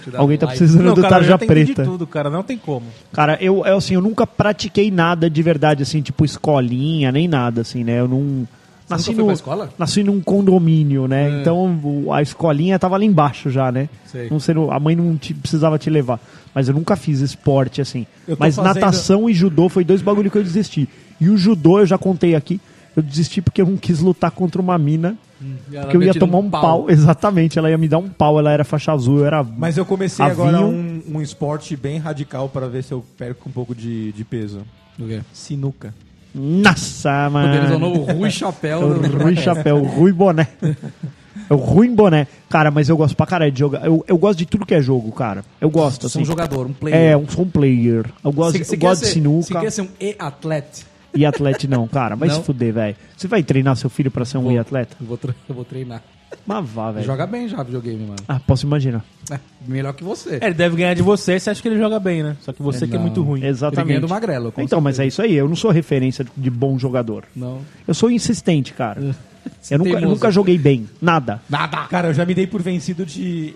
Te dá um alguém tá like. precisando Não, do cara, eu tarja já tentei de preta. tudo, cara. Não tem como. Cara, eu, eu, assim, eu nunca pratiquei nada de verdade, assim, tipo escolinha, nem nada, assim, né? Eu não... Nasci, nunca foi no- pra escola? É. nasci num condomínio, né? Então o- a escolinha tava lá embaixo já, né? Sei. Não sei, a mãe não te- precisava te levar. Mas eu nunca fiz esporte assim. Eu tô Mas fazendo- natação e judô foi dois bagulho que eu desisti. E o judô eu já contei aqui. Eu desisti porque eu não quis lutar contra uma mina. E Hum. ela Porque eu me ia atira tomar um pau. Exatamente, ela ia me dar um pau. Ela era faixa azul, eu era. Mas eu comecei Avião. agora um, um esporte bem radical pra ver se eu perco um pouco de, de peso. Do quê? Sinuca. Nossa, O mano. deles é o novo Rui Chapéu. Ah. né? É o Rui Chapéu, o Rui Boné. É o Rui Boné. Cara, mas eu gosto pra caralho de jogar. Eu, eu gosto de tudo que é jogo, cara. Eu gosto, Você assim. é um jogador, um player. É, um, sou um player. Eu gosto, Você- você eu quer gosto de ser- Você sinuca quer ser um e-atleta? e atleta não, cara. Vai Não? se fuder, velho. Você vai treinar seu filho pra ser um Vou. e-atleta? Eu vou, tre- eu vou treinar. Mas vá, velho. Joga bem já videogame, mano. Ah, posso imaginar. É, melhor que você. É, ele deve ganhar de você, você acha que ele joga bem, né? Só que você É, que é não. muito Ele ruim. ganha Exatamente. do Magrelo. com Então, mas é isso aí. Eu não sou referência de bom jogador. Não. Eu sou insistente, cara. Eu nunca, Teimoso. nunca joguei bem. Nada. Nada. Cara, eu já me dei por vencido de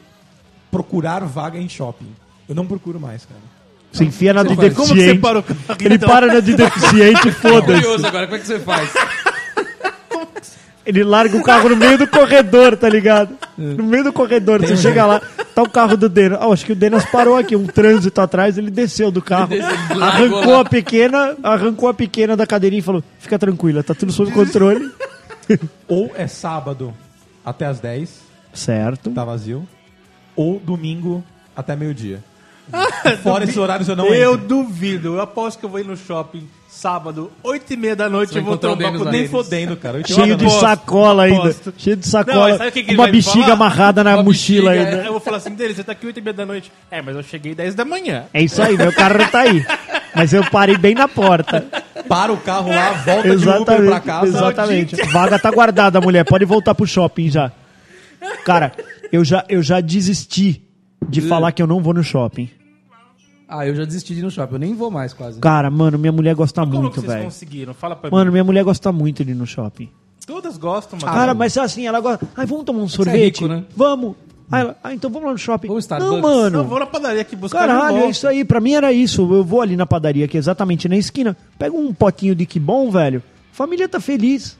procurar vaga em shopping. Eu não procuro mais, cara. Você enfia na de Como que deficiente. você para o carro? Ele para na de deficiente, foda-se. Curioso agora, como é que você faz? Ele larga o carro no meio do corredor, tá ligado? No meio do corredor, você chega lá, tá o carro do Denas. Ah, acho que o Denas parou aqui, um trânsito atrás, ele desceu do carro, arrancou a pequena, arrancou a pequena da cadeirinha e falou: "Fica tranquila, tá tudo sob controle". Ou é sábado até as 10, Certo. tá vazio. Ou domingo até meio-dia. Ah, Fora esses horários eu não Eu entro. duvido. Eu aposto que eu vou ir no shopping sábado, 8 e meia da noite, Você eu vou encontrou o trocar Denis com lá. o Nem Denis. fodendo, cara. Oito Cheio horas de da manhã. sacola ainda. aposto. Cheio de Não, sacola. sabe o que que com ele uma vai me bexiga falar? amarrada na Uma mochila bexiga, ainda. Eu vou falar assim, Denis, você tá aqui 8 e meia da noite. É, mas eu cheguei 10 da manhã. É isso aí, meu carro tá aí. Mas eu parei bem na porta. Para o carro lá, volta de Uber pra Exatamente. casa. Exatamente. Vaga tá guardada, mulher. Pode voltar pro shopping já. Cara, eu já, eu já desisti de falar que eu não vou no shopping. Ah, eu já desisti de ir no shopping. Eu nem vou mais, quase. Cara, mano, minha mulher gosta Como muito, que vocês velho. conseguiram? Fala pra Mano, mim. minha mulher gosta muito de ir no shopping. Todas gostam, mano. Cara, mas assim, ela gosta. Ai, vamos tomar um é sorvete? rico, né? Vamos. Aí ela, ah, então vamos lá no shopping. Ou Starbucks. Não, mano. eu vou na padaria aqui buscar Caralho, é isso aí. Pra mim era isso. Eu vou ali na padaria, que é exatamente na esquina, pego um potinho de que bom, velho. Família tá feliz.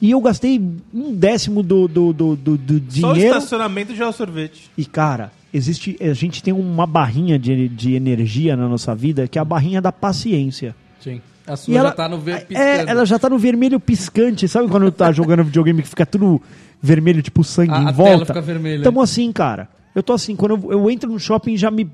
E eu gastei um décimo do, do, do, do- do Só o dinheiro. estacionamento já é o sorvete. E, cara, existe. A gente tem uma barrinha de, de energia na nossa vida, que é a barrinha da paciência. Sim. A sua E já tá no ver É, ela já tá no vermelho piscante. Sabe quando tá jogando videogame que fica tudo vermelho, tipo sangue A- em a volta? tela fica vermelha. Tamo assim, cara. Eu tô assim, quando eu, eu entro no shopping já me.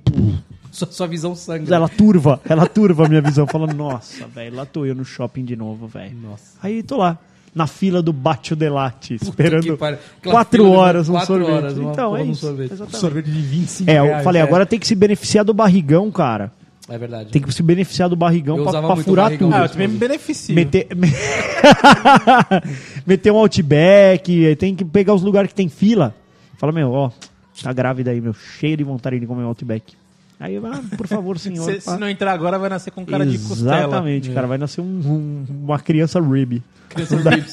Sua, sua visão sangue. Ela turva, ela turva a minha visão, falando, nossa, velho, lá tô eu no shopping de novo, velho. Nossa. Aí tô lá, na fila do Bate o Delate, esperando que pariu. Aquela quatro fila de horas um quatro sorvete. horas, uma então, porra é de um isso. sorvete. Exatamente. Sorvete de 25 É, eu reais, falei, é. agora tem que se beneficiar do barrigão, cara. É verdade. Tem que se beneficiar do barrigão Eu pra, usava pra muito furar barrigão. tudo. Ah, eu Deus, também mano. me beneficio. Meter, meter um outback, aí tem que pegar os lugares que tem fila. Fala, meu, ó, tá grávida aí, meu, cheio de vontade de comer um outback. Aí, eu, ah, por favor, senhor. Se, pá. se não entrar agora, vai nascer com cara de costela. É. Exatamente, cara. Vai nascer um- um- uma criança rib. Criança Rips.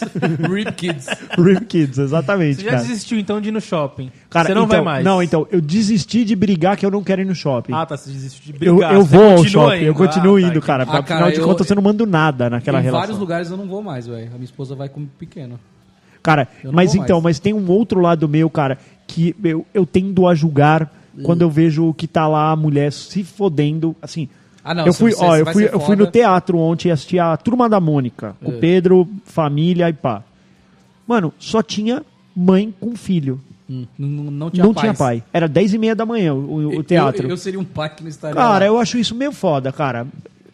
Rip Kids. Rib Kids, exatamente, Você já cara. desistiu então de ir no shopping? Cara, você não então, vai mais. Não, então, eu desisti de brigar que eu não quero ir no shopping. Ah, tá, você desistiu de eu, brigar. eu você vou ao continua shopping, eu indo. continuo Ah, tá, indo, cara. Ah, Afinal cara, de eu- contas, eu não mando nada naquela em relação. vários lugares eu não vou mais, velho. A minha esposa vai comigo pequeno. Cara, Eu não mas vou então, mais. mas tem um outro lado meu, cara, que eu, eu tendo a julgar Hum. quando eu vejo que tá lá a mulher se fodendo, assim. Ah, não, eu se fui, você- ó, se eu vai fui, ser eu fui foda- no teatro ontem assistir a Turma da Mônica, com É. o Pedro, família e pá. Mano, só tinha mãe com filho. Hum, Não, não tinha não paz. tinha pai. Era 10 e meia da manhã o, o- Eu- o teatro. Eu, eu seria um pai que não estaria Cara, lá. eu acho isso meio foda, cara.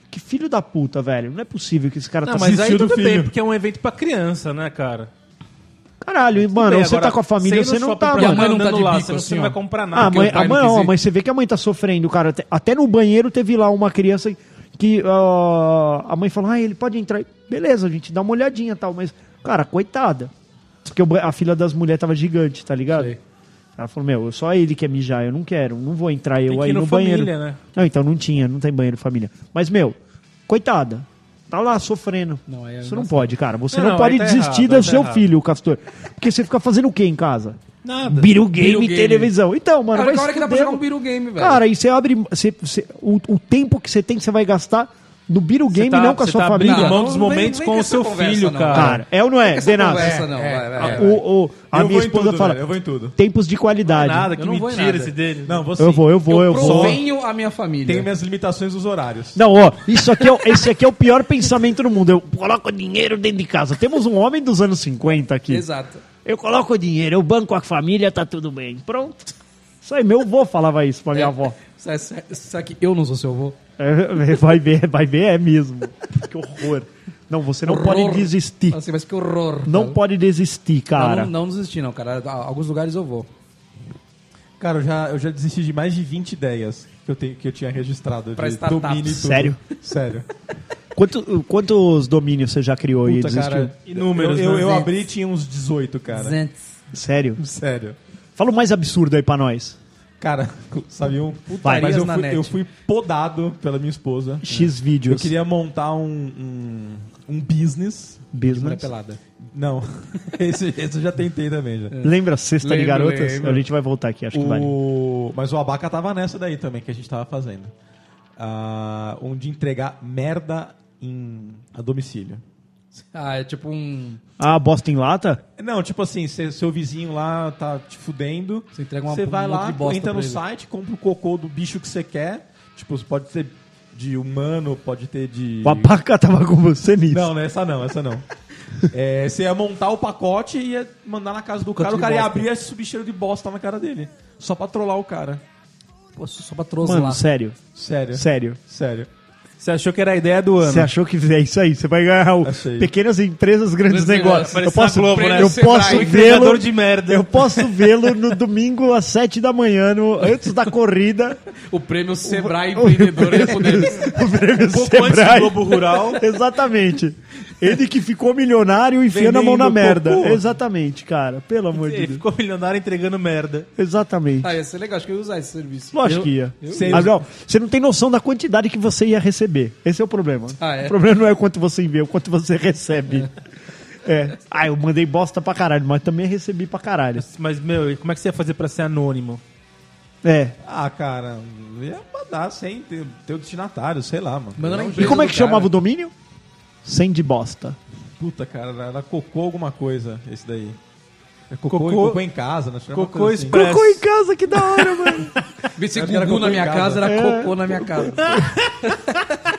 Que filho da puta, velho. Não é possível que esse cara Não, tá mas aí assistindo tudo o filho. bem, porque é um evento pra criança, né, cara? Caralho, e, mano, Bem, você agora, tá com a família, você não tá, pra mano. mãe não tá andando de lá, bico, você não- assim, você não vai ó. comprar Ah, a nada. porque mãe, o a pai não mãe, quis ó, ir. mas você vê que a mãe tá sofrendo, cara. Até, até no banheiro teve lá uma criança que ó, a mãe falou: ah, ele pode entrar. Beleza, a gente dá uma olhadinha e tal, mas, cara, coitada. Porque o ba- a filha das mulheres tava gigante, tá ligado? Sei. Ela falou: meu, só ele quer mijar, eu não quero, não vou entrar eu que aí ir no no banheiro. família, né? Não, então não tinha, não tem banheiro família. Mas, meu, coitada. Tá lá sofrendo. Não, aí é você não embaçado. pode, cara. Você Não, não, não, pode aí tá desistir errado, do aí tá seu errado. filho, Castor. Porque você fica fazendo o quê em casa? Nada. Biru Game, Biru Game. televisão. Então, mano, Cara, vai que hora se que dá pra fuder, jogar um Biru Game, velho. Cara, e você abre. você- você- o, o tempo que você tem, você vai gastar no Biru Game, tá- não com a você sua tá família. abrindo mão Não, dos não vem- momentos vem com com o essa seu conversa, filho, não, Cara, cara. é, é ou não é, essa Denato? conversa, não, vai, vai, vai. Ah, O, o- a Eu minha vou em esposa tudo, fala. velho, eu vou em tudo. Tempos de qualidade. Nada, que Eu não vou em mentira nada. assim. esse dele. Não, você. Eu vou, eu vou, eu, vou. provenho a minha família. Tenho minhas limitações dos horários. Não, ó, isso aqui, é, o- esse aqui é o pior pensamento do mundo. Eu coloco dinheiro dentro de casa. Temos um homem dos anos 50 aqui. Exato. Eu coloco o dinheiro, eu banco a família, tá tudo bem. Pronto. Isso aí, meu avô falava isso É. pra minha avó. Será, será- será que eu não sou seu avô? É, vai ver, vai ver, é mesmo. Que horror. Não, você não pode Horror. desistir. Assim, mas que horror. Não cara. pode desistir, cara. Não, não, não desisti, não, cara. A- Alguns lugares eu vou. Cara, eu já, eu já desisti de mais de 20 ideias que eu, tenho, que eu tinha registrado Pra de startups. domínio e tudo. Sério? Sério. Quanto- quantos domínios você já criou e desistiu? cara. Inúmeros, eu, eu, né? eu abri e tinha uns 18, cara. Zentes. Sério. Sério. Fala o mais absurdo aí pra nós. Cara, sabe um? Vai. Mas eu na fui, net. eu fui podado pela minha esposa. X É. Eu vídeos. queria montar um, um, um business. Mulher Business. pelada. Não, esse, esse eu já tentei também. Já. Lembra Sexta de Lembro, Garotas? lembro. A gente vai voltar aqui, É, acho que vai. O... Mas o Abaca tava nessa daí também, que a gente tava fazendo. Ah, onde entregar merda em... a domicílio. Ah, é tipo um. Ah, bosta em lata? Não, tipo assim, cê- seu vizinho lá tá te fudendo. Você entrega uma- Você vai um lá, monte de bosta entra no pra ele. site, compra o cocô do bicho que você quer. Tipo, pode ser de humano, pode ter de. O Abaca tava com você nisso. Não, não, essa não, essa não. É, você ia montar o pacote e ia mandar na casa do cara, o de cara ia bosta. abrir esse bicheiro de bosta na cara dele. Só pra trollar o cara. Pô, só pra trozar. Mano, sério. Sério. Sério. Sério. Você achou que era a ideia do ano? Você achou que é isso aí? Você vai ganhar o Achei. pequenas empresas, grandes Grandes negócios. negócios. Eu posso, Parece na Globo, né? eu Sebrae. posso Entregador vê-lo de merda. Eu posso vê-lo no domingo às 7 da manhã, no- antes da corrida. O prêmio Sebrae Empreendedor ia poder. O prêmio Um pouco antes do Sebrae. Globo Rural. Exatamente. Ele que ficou milionário enfiando a mão na Vendendo merda. cocô. Exatamente, cara. Pelo amor de Ele Deus. ficou milionário entregando merda. Exatamente. Ah, ia ser legal, acho que eu ia usar esse serviço. Lógico que ia. eu- Ah, não, você não tem noção da quantidade que você ia receber. Esse é o problema. Ah, é? O problema não é o quanto você envia, é o quanto você recebe. É. Ah, eu mandei bosta pra caralho, mas também recebi pra caralho. Mas, meu, como é que você ia fazer pra ser anônimo? É. Ah, cara, ia mandar sem ter, ter o destinatário, sei lá, mano. um Manda na empresa E como é do que cara. chamava o domínio? Sem de bosta. Puta, cara, era cocô alguma coisa, esse daí. É Cocô, Cocô- e cocô em casa, né? Era uma Cocô coisa assim. expresso. Cocô em casa, que da hora, mano. Vê se Era Gugu cocô na em minha casa. casa, era É. cocô na minha casa.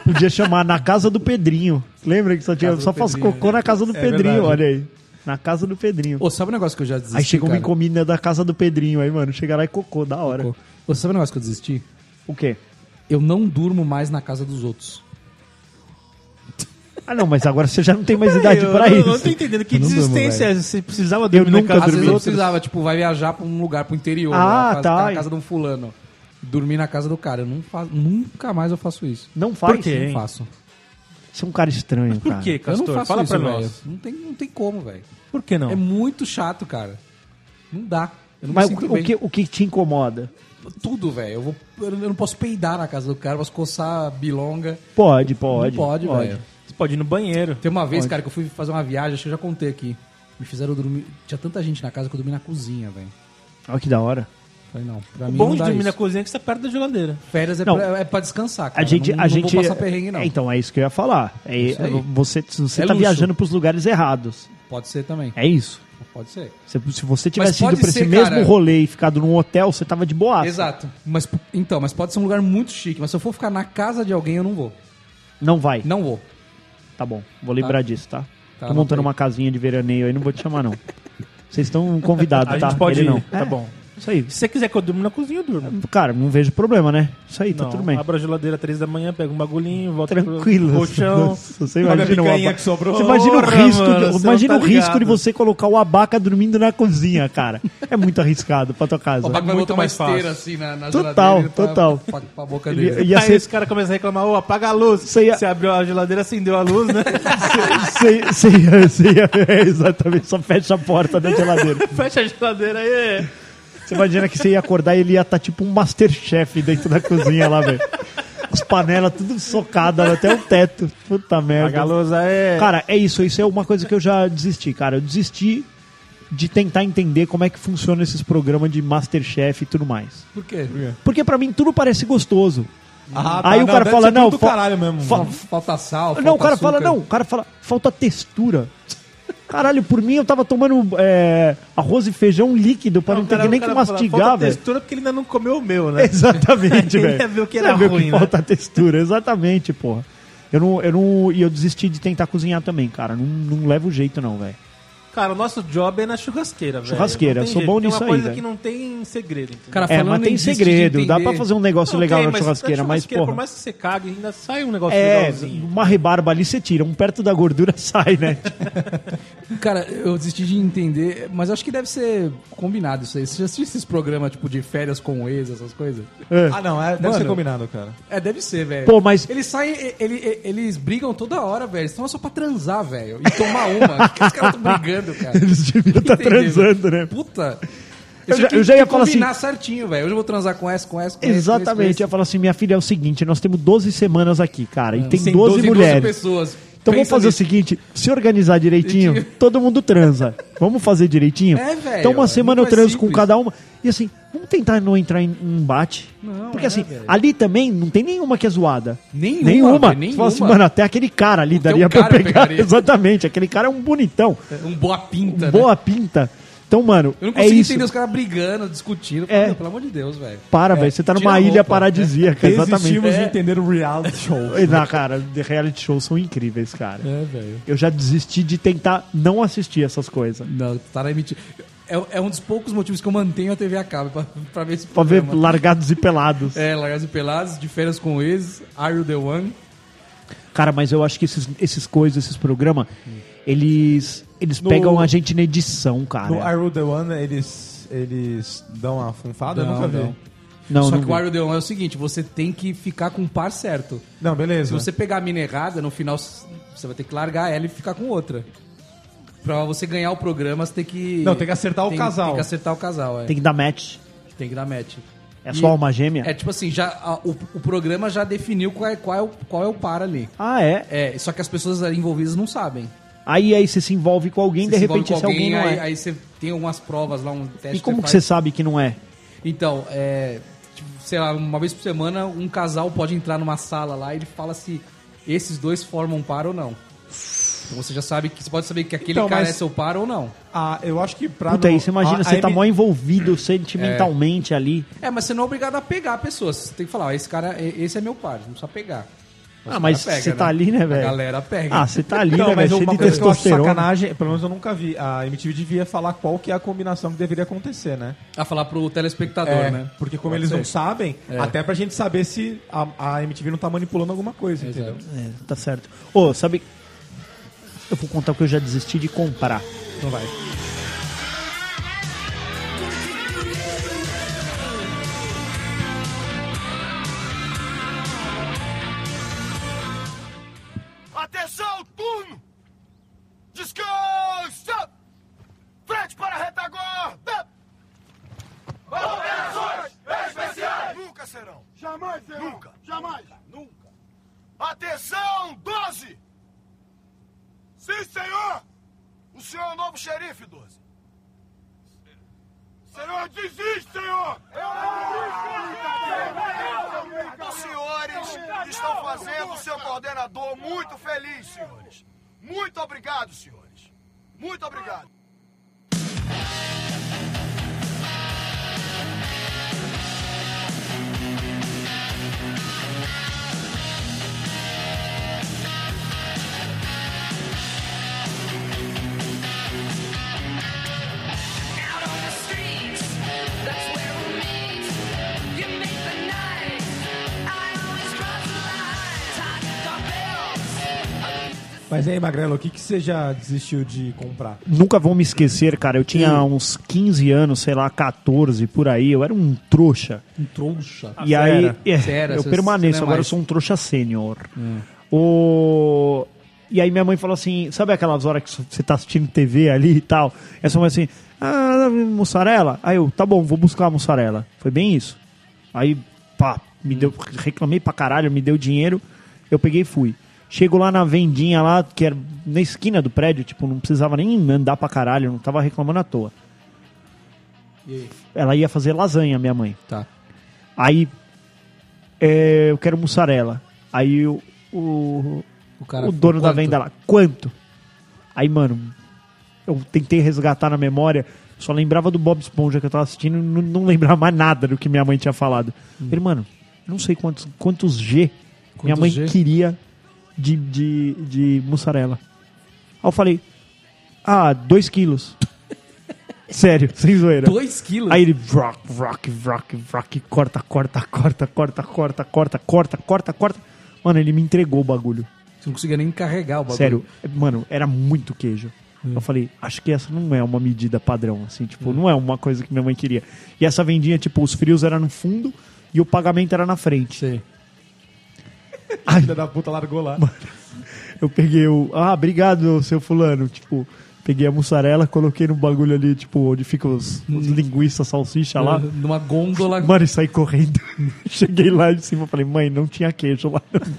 Podia chamar na casa do Pedrinho. Lembra que só, tinha, do só faz Pedrinho, né? cocô na casa do É Pedrinho, verdade. olha aí. Na casa do Pedrinho. Ô, sabe um negócio que eu já desisti? aí chegou uma cara? encomenda da casa do Pedrinho aí, mano. Chegaram lá e cocô, da hora. Ô, sabe um negócio que eu desisti? O quê? Eu não durmo mais na casa dos outros. Ah, não, mas agora você já não tem mais idade eu, pra eu, isso. não tô entendendo. Que é Eu não durmo, desistência é velho. essa? Você precisava Eu dormir né? na nunca casa dormi. Às dos vezes eu outros? precisava, tipo, vai viajar pra um lugar, pro interior. Ah, lá, casa- tá. Na casa de um fulano. Dormir na casa do cara. Eu não faço, nunca mais eu faço isso. Não faz. Por quê? Não Hein? faço. Você é um cara estranho, cara. Por que, eu não Castor? faço Fala isso, pra velho. nós. Não tem, não tem como, velho. Por que não? É muito chato, cara. Não dá. Eu não Mas me o, sinto o bem. que, o que te incomoda? Tudo, velho. Eu, vou- eu não posso peidar na casa do cara, eu posso coçar a bilonga. Pode, pode. não pode, velho. Você pode ir no banheiro. Tem uma vez, cara, que eu fui fazer uma viagem, acho que eu já contei aqui. Me fizeram dormir. Tinha tanta gente na casa que eu dormi na cozinha, velho. Olha que da hora. Falei, não, pra O mim bom não de dá dormir isso. na cozinha é que você tá perto da geladeira. Férias é, Não. pra, é pra descansar, cara. A gente, não, a não gente. vou passar perrengue, não. É, então, é isso que eu ia falar. É, Isso aí. você você É tá luxo. viajando pros lugares errados. Pode ser também. É isso. Pode ser. Se, se você tivesse pode ido pra esse ser, mesmo cara. rolê e ficado num hotel, você tava de boa. Exato. Mas, então, mas pode ser um lugar muito chique. Mas se eu for ficar na casa de alguém, eu não vou. Não vai. Não vou. Tá bom. Vou lembrar disso, tá? Tô anota montando aí. uma casinha de veraneio aí, não vou te chamar, não. Vocês estão convidados, A tá? gente pode Ele ir. não. Tá É, bom. Isso aí. Se você quiser que eu durmo na cozinha, eu durmo. Cara, não vejo problema, né? Isso aí, tá Não, tudo bem. Abro a geladeira às três da manhã, pego um bagulhinho, volto Tranquilo. pro colchão. Nossa, você Olha a imagina, o picanha abaca- que sobrou. Você imagina Porra, o risco, mano, de, você imagina não o tá risco de ligado. você colocar o abaca dormindo na cozinha, cara. É muito arriscado pra tua casa. O Paco vai é muito botar uma mais fácil. esteira assim na, na Total, geladeira pra- total. Pra, pra boca Ele- dele. ia Aí ser- os caras começam a reclamar, ô, apaga a luz. Você ia- Você abriu a geladeira, acendeu a luz, né? Você- você ia- você ia- é, exatamente, só fecha a porta da geladeira. Fecha a geladeira aí. Você imagina que você ia acordar e ele ia estar tipo um Masterchef dentro da cozinha lá, velho. As panelas tudo socadas até o teto. Puta Apaga a merda. luz aí. Cara, é isso. Isso é uma coisa que eu já desisti, cara. Eu desisti de tentar entender como é que funciona esses programas de Masterchef e tudo mais. Por quê? Porque pra mim tudo parece gostoso. Ah, tá, Aí o cara deve fala, ser não, tudo do fa- caralho mesmo. fa- mano. Falta sal, não, o falta cara fala, açúcar. não, o cara fala, falta textura. Caralho, por mim eu tava tomando é, arroz e feijão líquido pra não, O ter cara- que nem o que cara fala, mastigar, "Falta velho. textura porque ele ainda não comeu o meu, né? Exatamente, Ele velho. ia ver o que era Ia ver ruim, né? falta textura, exatamente, porra. Eu não, eu não, e eu desisti de tentar cozinhar também, cara. Não, não leva o jeito não, velho. Cara, o nosso job é na churrasqueira, velho. Churrasqueira, Não tem sou bom jeito. nisso Tem aí, uma coisa velho. que não tem segredo, entendeu? Cara, É, falando mas em tem desistir de segredo, dá entender- pra fazer um negócio Não, legal tem, na mas churrasqueira, mas churrasqueira, porra. Por mais que você cague, ainda sai um negócio É, legalzinho. uma rebarba ali você tira, um perto da gordura sai, né? Cara, eu desisti de entender, mas acho que deve ser combinado isso aí. Você já assistiu esses programas, tipo, de férias com o ex, essas coisas? Ah, não, é, deve Mano. ser combinado, cara. É, deve ser, velho. Pô, mas- Eles saem, e- ele, e- eles brigam toda hora, velho. Eles estão lá só pra transar, velho. E tomar uma. Por que os caras estão brigando, cara? Eles deviam tá Entendeu? transando, né? Puta. Eu já- tinha que- eu já ia que falar assim- combinar certinho, velho. Hoje eu vou transar com essa, com essa, com essa, com essa, com Exatamente. Eu ia essa. falar assim, minha filha, é o seguinte, nós temos 12 semanas aqui, cara, É, e tem Sem 12, mulheres. pessoas. Então vamos Pensa fazer o nisso. seguinte, se organizar direitinho, Direitinho. todo mundo transa. Vamos fazer direitinho? É, velho, Então uma é semana eu muito transo mais com simples. cada uma. E assim, vamos tentar não entrar em um embate. Porque é, assim, velho. ali também não tem nenhuma que é zoada. Nenhuma, Nenhuma. velho, Você fala assim, nenhuma. mano, até aquele cara ali Até daria o pra cara pegar. pegaria. Exatamente, aquele cara é um bonitão. Um boa pinta, né? Boa pinta. Então, mano, Eu não é consigo isso. entender os caras brigando, discutindo. É. Meu, Pelo amor de Deus, velho. Para, velho, você tá tira numa a ilha roupa, É, paradisíaca, exatamente. Desistimos de entender o reality show. É. Na cara, de reality shows são incríveis, cara. É, velho. Eu já desisti de tentar não assistir essas coisas. Não, tá emitindo. É, é um dos poucos motivos que eu mantenho a TV a cabo pra, pra ver esse Pra ver programa. largados e pelados. É, Largados e Pelados, De Férias com Ex, Are You The One? Cara, mas eu acho que esses, esses coisas, esses programas, eles, eles No- pegam a gente na edição, cara. No I Rule The One, eles, eles dão uma funfada? Não, eu nunca não. vi. Não, Só não que vi. o Are You The One é o seguinte, você tem que ficar com o par certo. Não, Se É. beleza. você pegar a mina errada, no final s- você vai ter que largar ela e ficar com outra. Pra você ganhar o programa, você tem que... Não, tem que acertar o casal. Tem que acertar o casal, é. Tem que dar match. Tem que dar match. É E- só alma gêmea? É tipo assim, já, a- o, o programa já definiu qual é, qual, é o, qual é o par ali. Ah, é? É, só que as pessoas ali envolvidas não sabem. Aí aí você se envolve com alguém, Você de se envolve repente esse com alguém, não aí, é. aí você tem algumas provas lá, um teste. e como você que faz. você sabe que não é? Então, é, tipo, sei lá, uma vez por semana um casal pode entrar numa sala lá e ele fala se esses dois formam um par ou não. Então você já sabe que você pode saber que aquele Então, cara mas- é seu par ou não. Ah, eu acho que pra. Puta, não- aí você imagina, a- você a tá M- mó envolvido sentimentalmente ali. Ah, É, mas você não é obrigado a pegar pessoas. Você tem que falar, ó, esse cara, e- esse é meu par, não precisa pegar. Ah, o mas cara pega, você né? tá ali, né, A velho? galera pega. Ah, você tá ali, Não, né, mas velho? uma Cheio coisa de que eu acho testosterona. sacanagem, pelo menos eu nunca vi, a MTV devia falar qual que é a combinação que deveria acontecer, né? A falar pro telespectador, É, né? Porque como Pode eles ser. não sabem, É. até pra gente saber se a, a MTV não tá manipulando alguma coisa, entendeu? É, tá certo. Ô, sabe... Eu vou contar o que eu já desisti de comprar. Não vai. Atenção, turno! Descansa! Frente para a retaguarda! Operações especiais! Nunca serão! Jamais serão! Nunca! Jamais! Nunca! Atenção, 12! Sim, senhor! O senhor é o novo xerife, 12. Senhor, desiste, senhor! Os Então, senhores estão fazendo o seu coordenador muito feliz, senhores. Muito obrigado, senhores. Muito obrigado. Out on the streets, that's where we meet. You make the night. I always cross the line. Tired of bills. Mas aí, Magrelo, o que, que você já desistiu de comprar? Nunca vão me esquecer, cara. Eu tinha uns 15 anos, sei lá, 14 por aí. Eu era um trouxa. Um trouxa. e aí, é, Você era, eu você- permaneço. você não é agora eu mais. É. sou um trouxa sênior. O... E aí minha mãe falou assim: sabe aquelas horas que você tá assistindo TV ali e tal? E Essa mãe assim: ah, mussarela? Aí eu, tá bom, vou buscar a mussarela. Foi bem isso. Aí, pá, me deu, reclamei pra caralho, me deu dinheiro, eu peguei e fui. Chego lá na vendinha lá, que era na esquina do prédio, tipo, não precisava nem andar pra caralho, não tava reclamando à toa. E aí? Ela ia fazer lasanha, minha mãe. Tá. Aí é, eu quero mussarela. Aí o, o, O, cara o dono da Quanto? venda lá, quanto? Aí, mano, eu tentei resgatar na memória, só lembrava do Bob Esponja que eu tava assistindo e não, não lembrava mais nada do que minha mãe tinha falado. Ele, mano, não sei quantos, quantos G minha Hum. Quantos mãe G? queria de, de, de mussarela. Aí eu falei, ah, dois quilos. Sério, sem zoeira. Dois quilos? Aí ele rock, rock, rock, rock, corta, corta, corta, corta, corta, corta, corta, corta, corta. Mano, ele me entregou o bagulho. Você não conseguia nem carregar o bagulho. Sério, mano, era muito queijo. Eu falei, acho que essa não é uma medida padrão, assim, tipo, não é uma coisa que minha mãe queria. E essa vendinha, tipo, os frios eram no fundo e o pagamento era na frente. Sei. Ai, Filha da puta largou lá. eu peguei o. Ah, obrigado, seu fulano. Tipo, peguei a mussarela, coloquei no bagulho ali, tipo, onde fica os, os linguiça, tá salsicha lá. Numa gôndola. Mano, e saí correndo. Cheguei lá de cima falei, mãe, não tinha queijo lá. não."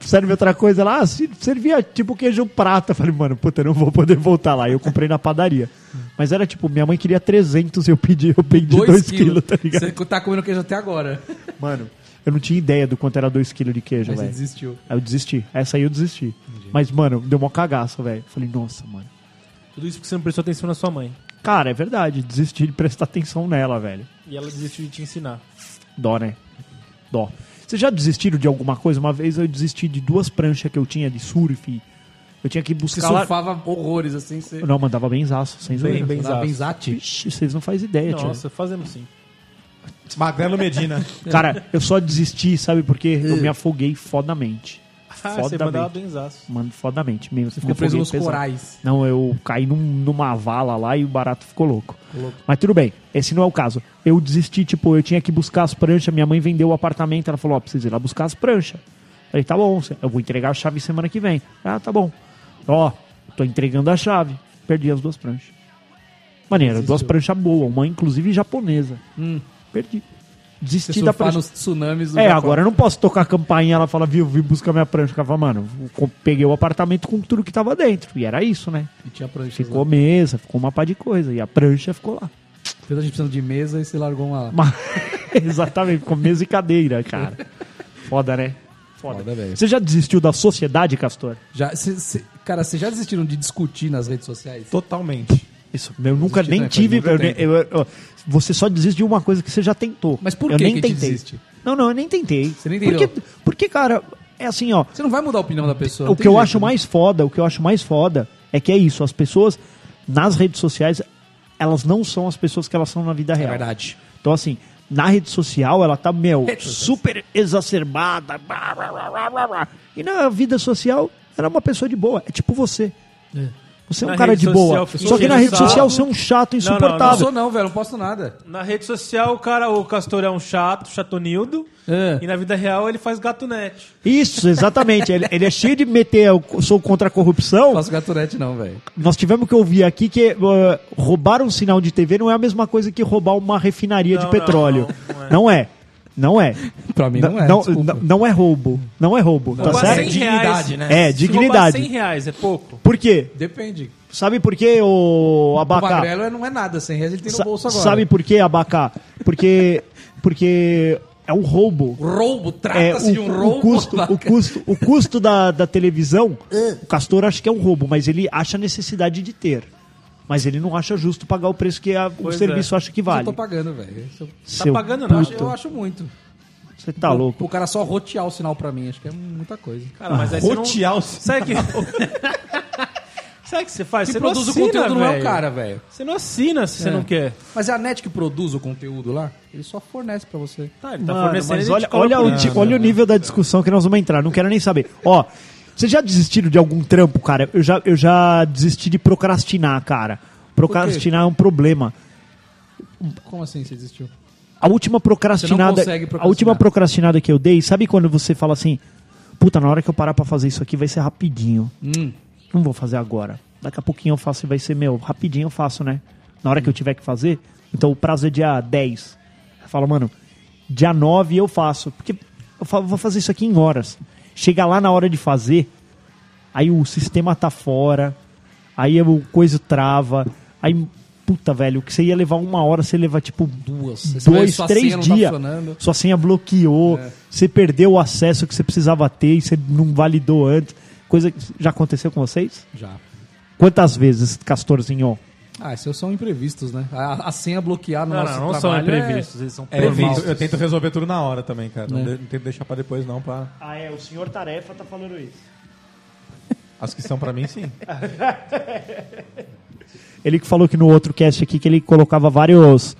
Serve outra coisa lá? Ah, se- servia tipo queijo prata. Falei, mano, puta, eu não vou poder voltar lá. Eu comprei na padaria. Mas era tipo, minha mãe queria 300 e eu pedi, eu pedi 2 quilos, tá ligado? Você tá comendo queijo até agora. Mano, eu não tinha ideia do quanto era 2 quilos de queijo, Aí você velho. desistiu. Aí eu desisti. Essa aí eu desisti. Mas, mano, deu uma cagaça, velho. Falei, nossa, mano. Tudo isso porque você não prestou atenção na sua mãe. Cara, é verdade. Desisti de prestar atenção nela, velho. E ela desistiu de te ensinar. Dó, né? Dó. Vocês já desistiram de alguma coisa? Uma vez eu desisti de duas pranchas que eu tinha de surf. Eu tinha que Você buscar lá... surfava horrores assim. Você... Eu Não, mandava benzaço, sem zoeira. bem- Dava benzaço. benzate. Ixi, vocês não fazem ideia, tio. Nossa, fazemos sim. Magrelo Medina. Cara, eu só desisti, sabe? Porque eu me afoguei fodamente. É. Ah, você Foda mandava bem. benzaço. Mano, fodamente mesmo. Você Ficou preso nos corais. Não, eu caí num- numa vala lá e o barato ficou louco. Mas tudo bem, esse não é o caso. Eu desisti, tipo, eu tinha que buscar as pranchas, minha mãe vendeu o apartamento, ela falou, ó, preciso ir lá buscar as pranchas. Falei, tá bom, eu vou entregar a chave semana que vem. Ah, tá bom. Ó, tô entregando a chave. Perdi as duas pranchas. Maneiro, duas pranchas boas, uma inclusive japonesa. Perdi. Hum. Você Desisti da surfava prancha. nos tsunamis do É, Japão. agora eu não posso tocar a campainha, ela fala, viu, vim buscar minha prancha. Ela fala, mano, co- peguei o apartamento com tudo que tava dentro. E era isso, né? E tinha prancha. Ficou mesa, ficou uma pá de coisa. E a prancha ficou lá. Fez a gente precisando de mesa e se largou uma lá. Mas- Exatamente, ficou mesa e cadeira, cara. Foda, né? Foda. Foda, velho. Você já desistiu da sociedade, Castor? Já, cê- cê- cara, vocês já desistiram de discutir nas redes sociais? Totalmente. Isso. Eu nunca Desisti, nem né? Faz tive. muito eu- tempo. eu- eu- você só desiste de uma coisa que você já tentou. Mas por eu que nem que tentei. desiste? Não, não, eu nem tentei. Você nem porque, entendeu. porque, cara, é assim, ó. Você não vai mudar a opinião da pessoa. não o tem que eu jeito, acho né? mais foda, o que eu acho mais foda é que é isso, as pessoas nas redes sociais, elas não são as pessoas que elas são na vida É real. verdade. Então assim, na rede social ela tá, meu, Redes sociais. super exacerbada. blá, blá, blá, blá, blá, blá. E na vida social, ela é uma pessoa de boa, é tipo você. Você é um Na cara rede de boa. social, fica Só que na enchendo rede o saco. social você é um chato não, insuportável. Não sou não, velho. Não posto nada. Na rede social, o cara, o Castor é um chato, chatonildo. É. E na vida real, ele faz gatunete. Isso, exatamente. ele, ele é cheio de meter, eu sou contra a corrupção. Não faço gaturete não, velho. Nós tivemos que ouvir aqui que uh, roubar um sinal de TV não é a mesma coisa que roubar uma refinaria Não, de petróleo. Não, é. Não é. Pra mim não é, Não, desculpa. não- não é roubo. Não é roubo, tá Roubar certo? 100 reais, Dignidade, né? É, Se roubar dignidade. 100 reais é pouco. Por quê? Depende. Sabe por quê, ô O Abacá? magrelo não é nada. 100 reais ele tem no Sa- bolso agora. Sabe por quê, Abacá? Porque, porque é um roubo. Roubo. É, Trata-se o, de um o roubo. custo, o vaca. custo, o custo da, da televisão, o Castor acha que é um roubo, mas ele acha a necessidade de ter. Mas ele não acha justo pagar o preço que a- o Pois serviço é. acha que Eu vale. tô tá pagando, velho. Isso eu- Seu pagando, Eu não, acho- puto. Eu acho muito. Você tá louco. O cara só rotear o sinal pra mim. Acho que é muita coisa. Cara, mas aí você não... Rotear o sinal. Sabe que... Sabe o que você faz? Quem Você não produz o assina, conteúdo não é o velho. cara, velho. Você não assina se você não quer. Mas é a net que produz o conteúdo lá. Ele só fornece pra você. Tá, ele tá Mano, fornecendo, mas ele olha, te coloca olha, o, no- né? ti- olha o nível da discussão que nós vamos entrar. Não quero nem saber. Ó, vocês já desistiram de algum trampo, cara? Eu já, eu já desisti de procrastinar, cara. Procrastinar é um problema. Como assim você desistiu? A última procrastinada, consegue procrastinar. a última procrastinada que eu dei, sabe quando você fala assim, puta, na hora que eu parar pra fazer isso aqui vai ser rapidinho. Hum. Não vou fazer agora. Daqui a pouquinho eu faço e vai ser meu. Rapidinho eu faço, né? Na hora que eu tiver que fazer. Então o prazo é dia 10. Eu falo, mano, dia 9 eu faço. Porque eu falo, vou fazer isso aqui em horas. Chega lá na hora de fazer, aí o sistema tá fora, aí o coisa trava, aí, puta, velho, o que você ia levar uma hora, você leva, tipo, Duas. Você vai- dois, sua três senha não tá dias. funcionando. É. sua senha bloqueou, você perdeu o acesso que você precisava ter e você não validou antes. Coisa que já aconteceu com vocês? Já. Quantas vezes, Castorzinho? Ah, esses são imprevistos, né? A, a senha bloquear no Não, nosso não, não são trabalho é- imprevistos, eles são É, eu, previstos. tento, eu tento resolver tudo na hora também, cara. Não, É. de- não tento deixar pra depois, não. Pra... Ah, é, o senhor Tarefa tá falando isso. As que são pra mim, sim. Ele que falou que no outro cast aqui que ele colocava vários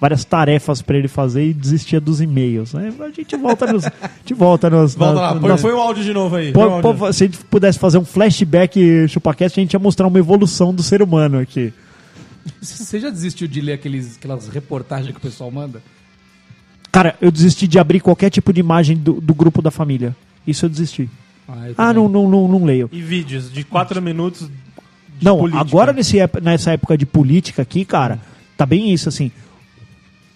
várias tarefas pra ele fazer e desistia dos e-mails. Né? A gente volta nos. a gente volta nos. Volta na- lá, põe, nas- põe o áudio de novo aí. Pô- põe o áudio. pô, se a gente pudesse fazer um flashback chupacast, a gente ia mostrar uma evolução do ser humano aqui. Você já desistiu de ler aqueles, aquelas reportagens que o pessoal manda? Cara, eu desisti de abrir qualquer tipo de imagem do, do grupo da família. Isso eu desisti. Ah, eu Ah, também. não, não, não, não leio. E vídeos de 4 minutos. de não, política. agora nesse, ép- nessa época de política aqui, cara, tá bem isso, assim.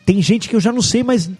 Tem gente que eu já não sei mais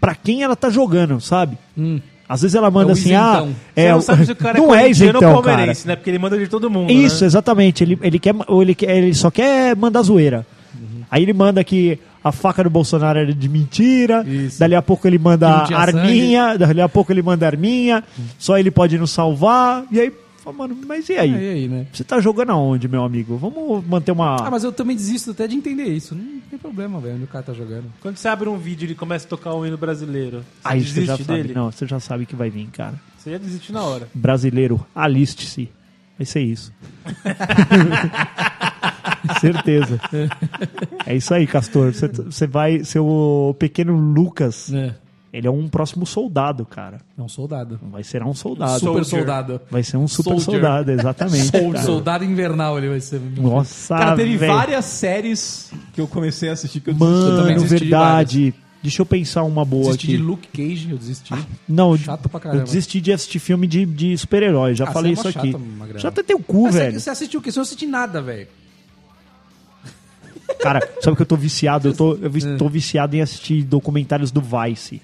pra quem ela tá jogando, sabe? Hum. Às vezes ela manda É o assim, ah... isentão. Você é não o- sabe se o cara não é é corintiano ou isentão, cara. palmeirense, né? Porque ele manda de todo mundo. Isso, né? exatamente. Ele, ele, quer, ou ele, quer, ele só quer mandar zoeira. Uhum. Aí ele manda que a faca do Bolsonaro era de mentira. Isso. Dali a pouco ele manda Que não tinha Uhum. arminha. Dali a pouco ele manda arminha. Só ele pode nos salvar. E aí, fala, mano, mas e aí? Ah, e aí, né? Você tá jogando aonde, meu amigo? Vamos manter uma. Ah, mas eu também desisto até de entender isso. Não tem problema, velho, onde o cara tá jogando. Quando você abre um vídeo e ele começa a tocar o hino brasileiro, você Aí Ah, você desiste já dele? sabe. Não, você já sabe que vai vir, cara. Você já desiste na hora. Brasileiro, aliste-se. Vai ser isso. Certeza. É isso aí, Castor. Você- Você vai. Seu pequeno Lucas, É. ele é um próximo soldado, cara. É um soldado. Vai ser um soldado. Super Soldier. soldado. Vai ser um super Soldier. soldado, exatamente. cara. Soldado invernal ele vai ser. Nossa, Cara, teve Ah, velho. várias séries que eu comecei a assistir que eu desisti também. Mano, desisti de verdade. Deixa eu pensar uma boa Desisti aqui. Ah, de Luke Cage, eu desisti. Não, Chato pra caramba. eu desisti de assistir filme de, de super-herói. Já Ah, falei você é isso mó aqui. chato, Magrela. Já até tem o cu, é Ah, velho. Você, você assistiu o quê? Você não assisti nada, velho. Cara, sabe que eu tô viciado? Eu tô, eu É. vi- tô viciado em assistir documentários do Vice.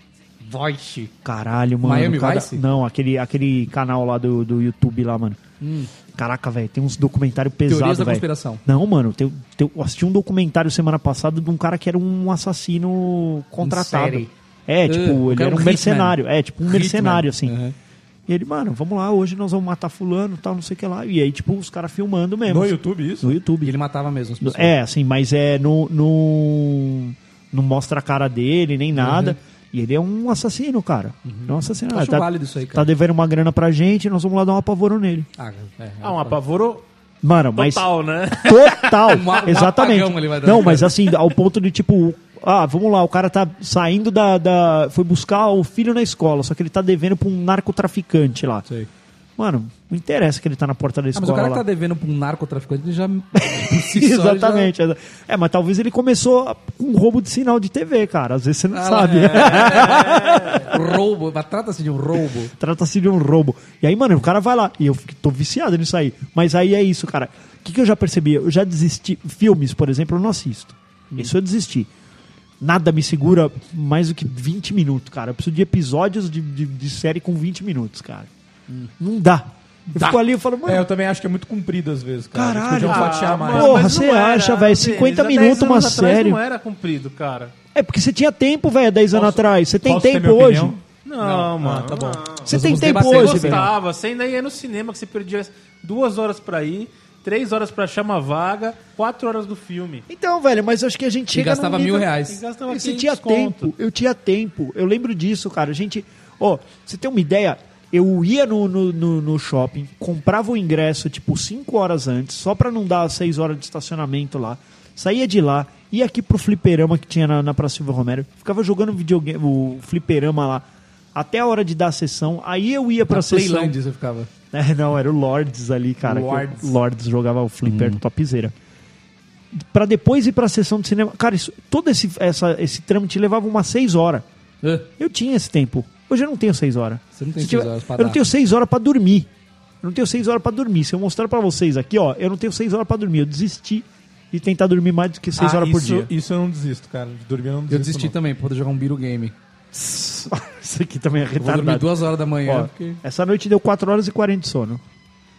Voice. Caralho, mano. Miami cada- Vice? Não, aquele, aquele canal lá do, do YouTube lá, mano. Caraca, velho, tem uns documentários pesados, Hum. Teorias da velho. conspiração. Não, mano, tem- tem- eu assisti um documentário semana passada de um cara que era um assassino contratado. série. É, Ah, tipo, o ele cara era é um um mercenário. É, tipo, um Hitman. mercenário, assim. Uhum. E ele, mano, vamos lá, hoje nós vamos matar fulano, tal, não sei o que lá. E aí, tipo, os caras filmando mesmo. No YouTube, isso? No YouTube. E ele matava mesmo as No- pessoas. É, assim, mas é no, no. Não mostra a cara dele Uhum. nem nada. E ele é um assassino, cara. É um assassino. Acho Ah, tá, Uhum. válido isso aí, cara. Tá devendo uma grana pra gente, nós vamos lá dar um apavorão nele. Ah, é, Ah, um apavoro Mano, mas. total, né? Total, Um a- um exatamente. apagão ele vai dar. Não, mas assim, ao ponto de tipo, ah, vamos lá, o cara tá saindo da, da- Foi buscar o filho na escola, só que ele tá devendo pra um narcotraficante lá. Sei. Mano, não interessa que ele tá na porta da Ah, escola. mas o cara lá. que tá devendo pra um narcotraficante, ele já. por si só, ele já- Exatamente. É, mas talvez ele começou a- com um roubo de sinal de TV, cara. Às vezes você não Ah, sabe. roubo. mas Trata-se de um roubo. Trata-se de um roubo. E aí, mano, o cara vai lá. E eu fico- tô viciado nisso aí. Mas aí é isso, cara. O que, que eu já percebi? Eu já desisti. Filmes, por exemplo, eu não assisto. Isso eu desisti. Nada me segura mais do que 20 minutos, cara. Eu preciso de episódios de, de, de série com 20 minutos, cara. Não dá. Eu fico ali e falo, mano, É, eu também acho que é muito comprido às vezes, cara. Eles Caralho, é um podiam fatiar mais. Porra, mas não você era, acha, velho, Denis, 50 há 10 minutos anos uma atrás série. Não era comprido, cara. é porque você tinha tempo, velho, 10 anos atrás. Você tem posso ter tempo minha hoje? opinião? Não, mano. tá bom. Você Nós tem vamos tempo debater. hoje, velho. Gostava. Você ainda ia no cinema que você perdia duas horas pra ir, três horas pra chama vaga, quatro horas do filme. Então, velho, mas eu acho que a gente E chega. num gastava nível- mil E reais. gastava Você 500 tinha conto. tempo, eu tinha tempo. Eu lembro disso, cara. A gente. Ó, pra você tem uma ideia? Eu ia no, no, no- no shopping, comprava o ingresso, tipo, 5 horas antes, só pra não dar 6 horas de estacionamento lá. Saía de lá, ia aqui pro fliperama que tinha na, na Praça Silva Romero, ficava jogando videogame, o fliperama lá, até a hora de dar a sessão. Aí eu ia pra Pra sessão. Playland você ficava. É, não, era o Lords ali, cara. que o Lords. Lords jogava o flipper Uhum. topzera. Pra depois ir pra sessão de cinema. Cara, isso, todo esse, essa, esse trâmite levava umas 6 horas. Ah, Eu tinha esse tempo. Hoje eu não tenho 6 horas. Você não tem Se seis horas pra Eu não dar. tenho 6 horas pra dormir. Eu não tenho 6 horas pra dormir. Se eu mostrar pra vocês aqui, ó, eu não tenho 6 horas pra dormir. Eu desisti de tentar dormir mais do que 6 Ah, horas por isso, dia. Isso eu não desisto, cara. De dormir eu não desisto. Eu desisti não. também pra poder jogar um Biro Game. Isso aqui também é Eu vou dormir retardado. duas horas da manhã. Ó, porque- Essa noite deu 4 horas e 40 de sono.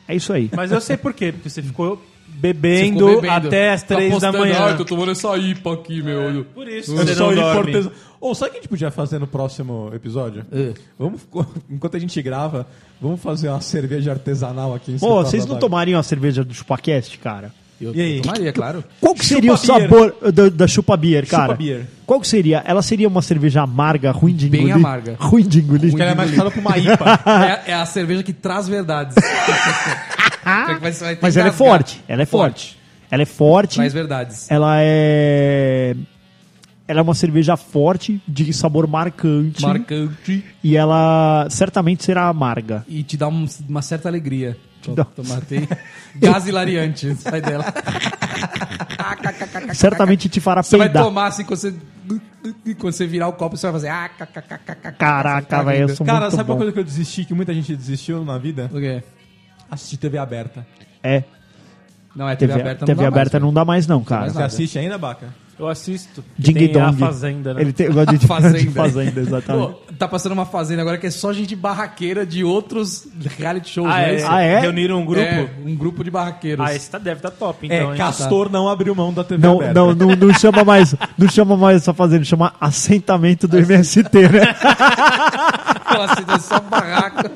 É isso aí. Mas eu sei por quê, porque você ficou Você bebendo, ficou bebendo. até as Tá três da postando, manhã. "Ai, tô tomando essa IPA aqui, É. meu. Por isso Eu você só não ele dorme. cortesão. Ou sabe o que a gente podia fazer no próximo episódio? É. Vamos, co- enquanto a gente grava, vamos fazer uma cerveja artesanal aqui em São Pô, Paulo. vocês não tomariam a cerveja do Chupacast, cara? Eu, E aí? eu tomaria, claro. Qual que seria o Chupa beer. sabor da, da chupa beer, cara? beer. Qual que seria? Ela seria uma cerveja amarga, ruim de Bem engolir? amarga. Ruim de engolir? Porque ela é mais cara pra uma IPA. É, é a cerveja que traz verdades. Mas, Mas ela é forte. Ela é forte. Ela é forte. Traz verdades. Ela é... Ela é uma cerveja forte, de sabor marcante. Marcante. E ela certamente será amarga. E te dá um- uma certa alegria. To- dá- Tomatei. Gás hilariante. Sai dela. certamente te fará Você vai peidar. tomar assim, quando você, quando você virar o copo, você vai fazer. Ah, kkkk. Caraca, velho, eu sou Cara, muito sabe bom. uma coisa que eu desisti, que muita gente desistiu na vida? O quê? Assistir TV aberta. É, Não, é TV, TV, aberta. TV não dá aberta não dá mais não, cara. mais Você Nada. assiste ainda, Baca? Eu assisto. Ding Tem Dong. A Fazenda, né? Ele tem, eu gosto de, Fazenda. de fazenda, exatamente. mais. Pô, tá passando uma fazenda agora que é só gente barraqueira de outros reality shows. Ah, né? é? Isso? Ah, é? Reuniram um grupo? É, um grupo de barraqueiros. Ah, esse tá, deve tá top, É, então. hein? Castor não abriu mão da TV Não, aberta. não, não, não chama mais, não chama mais essa fazenda, chama assentamento do MST, né? Ela se deu só barraca.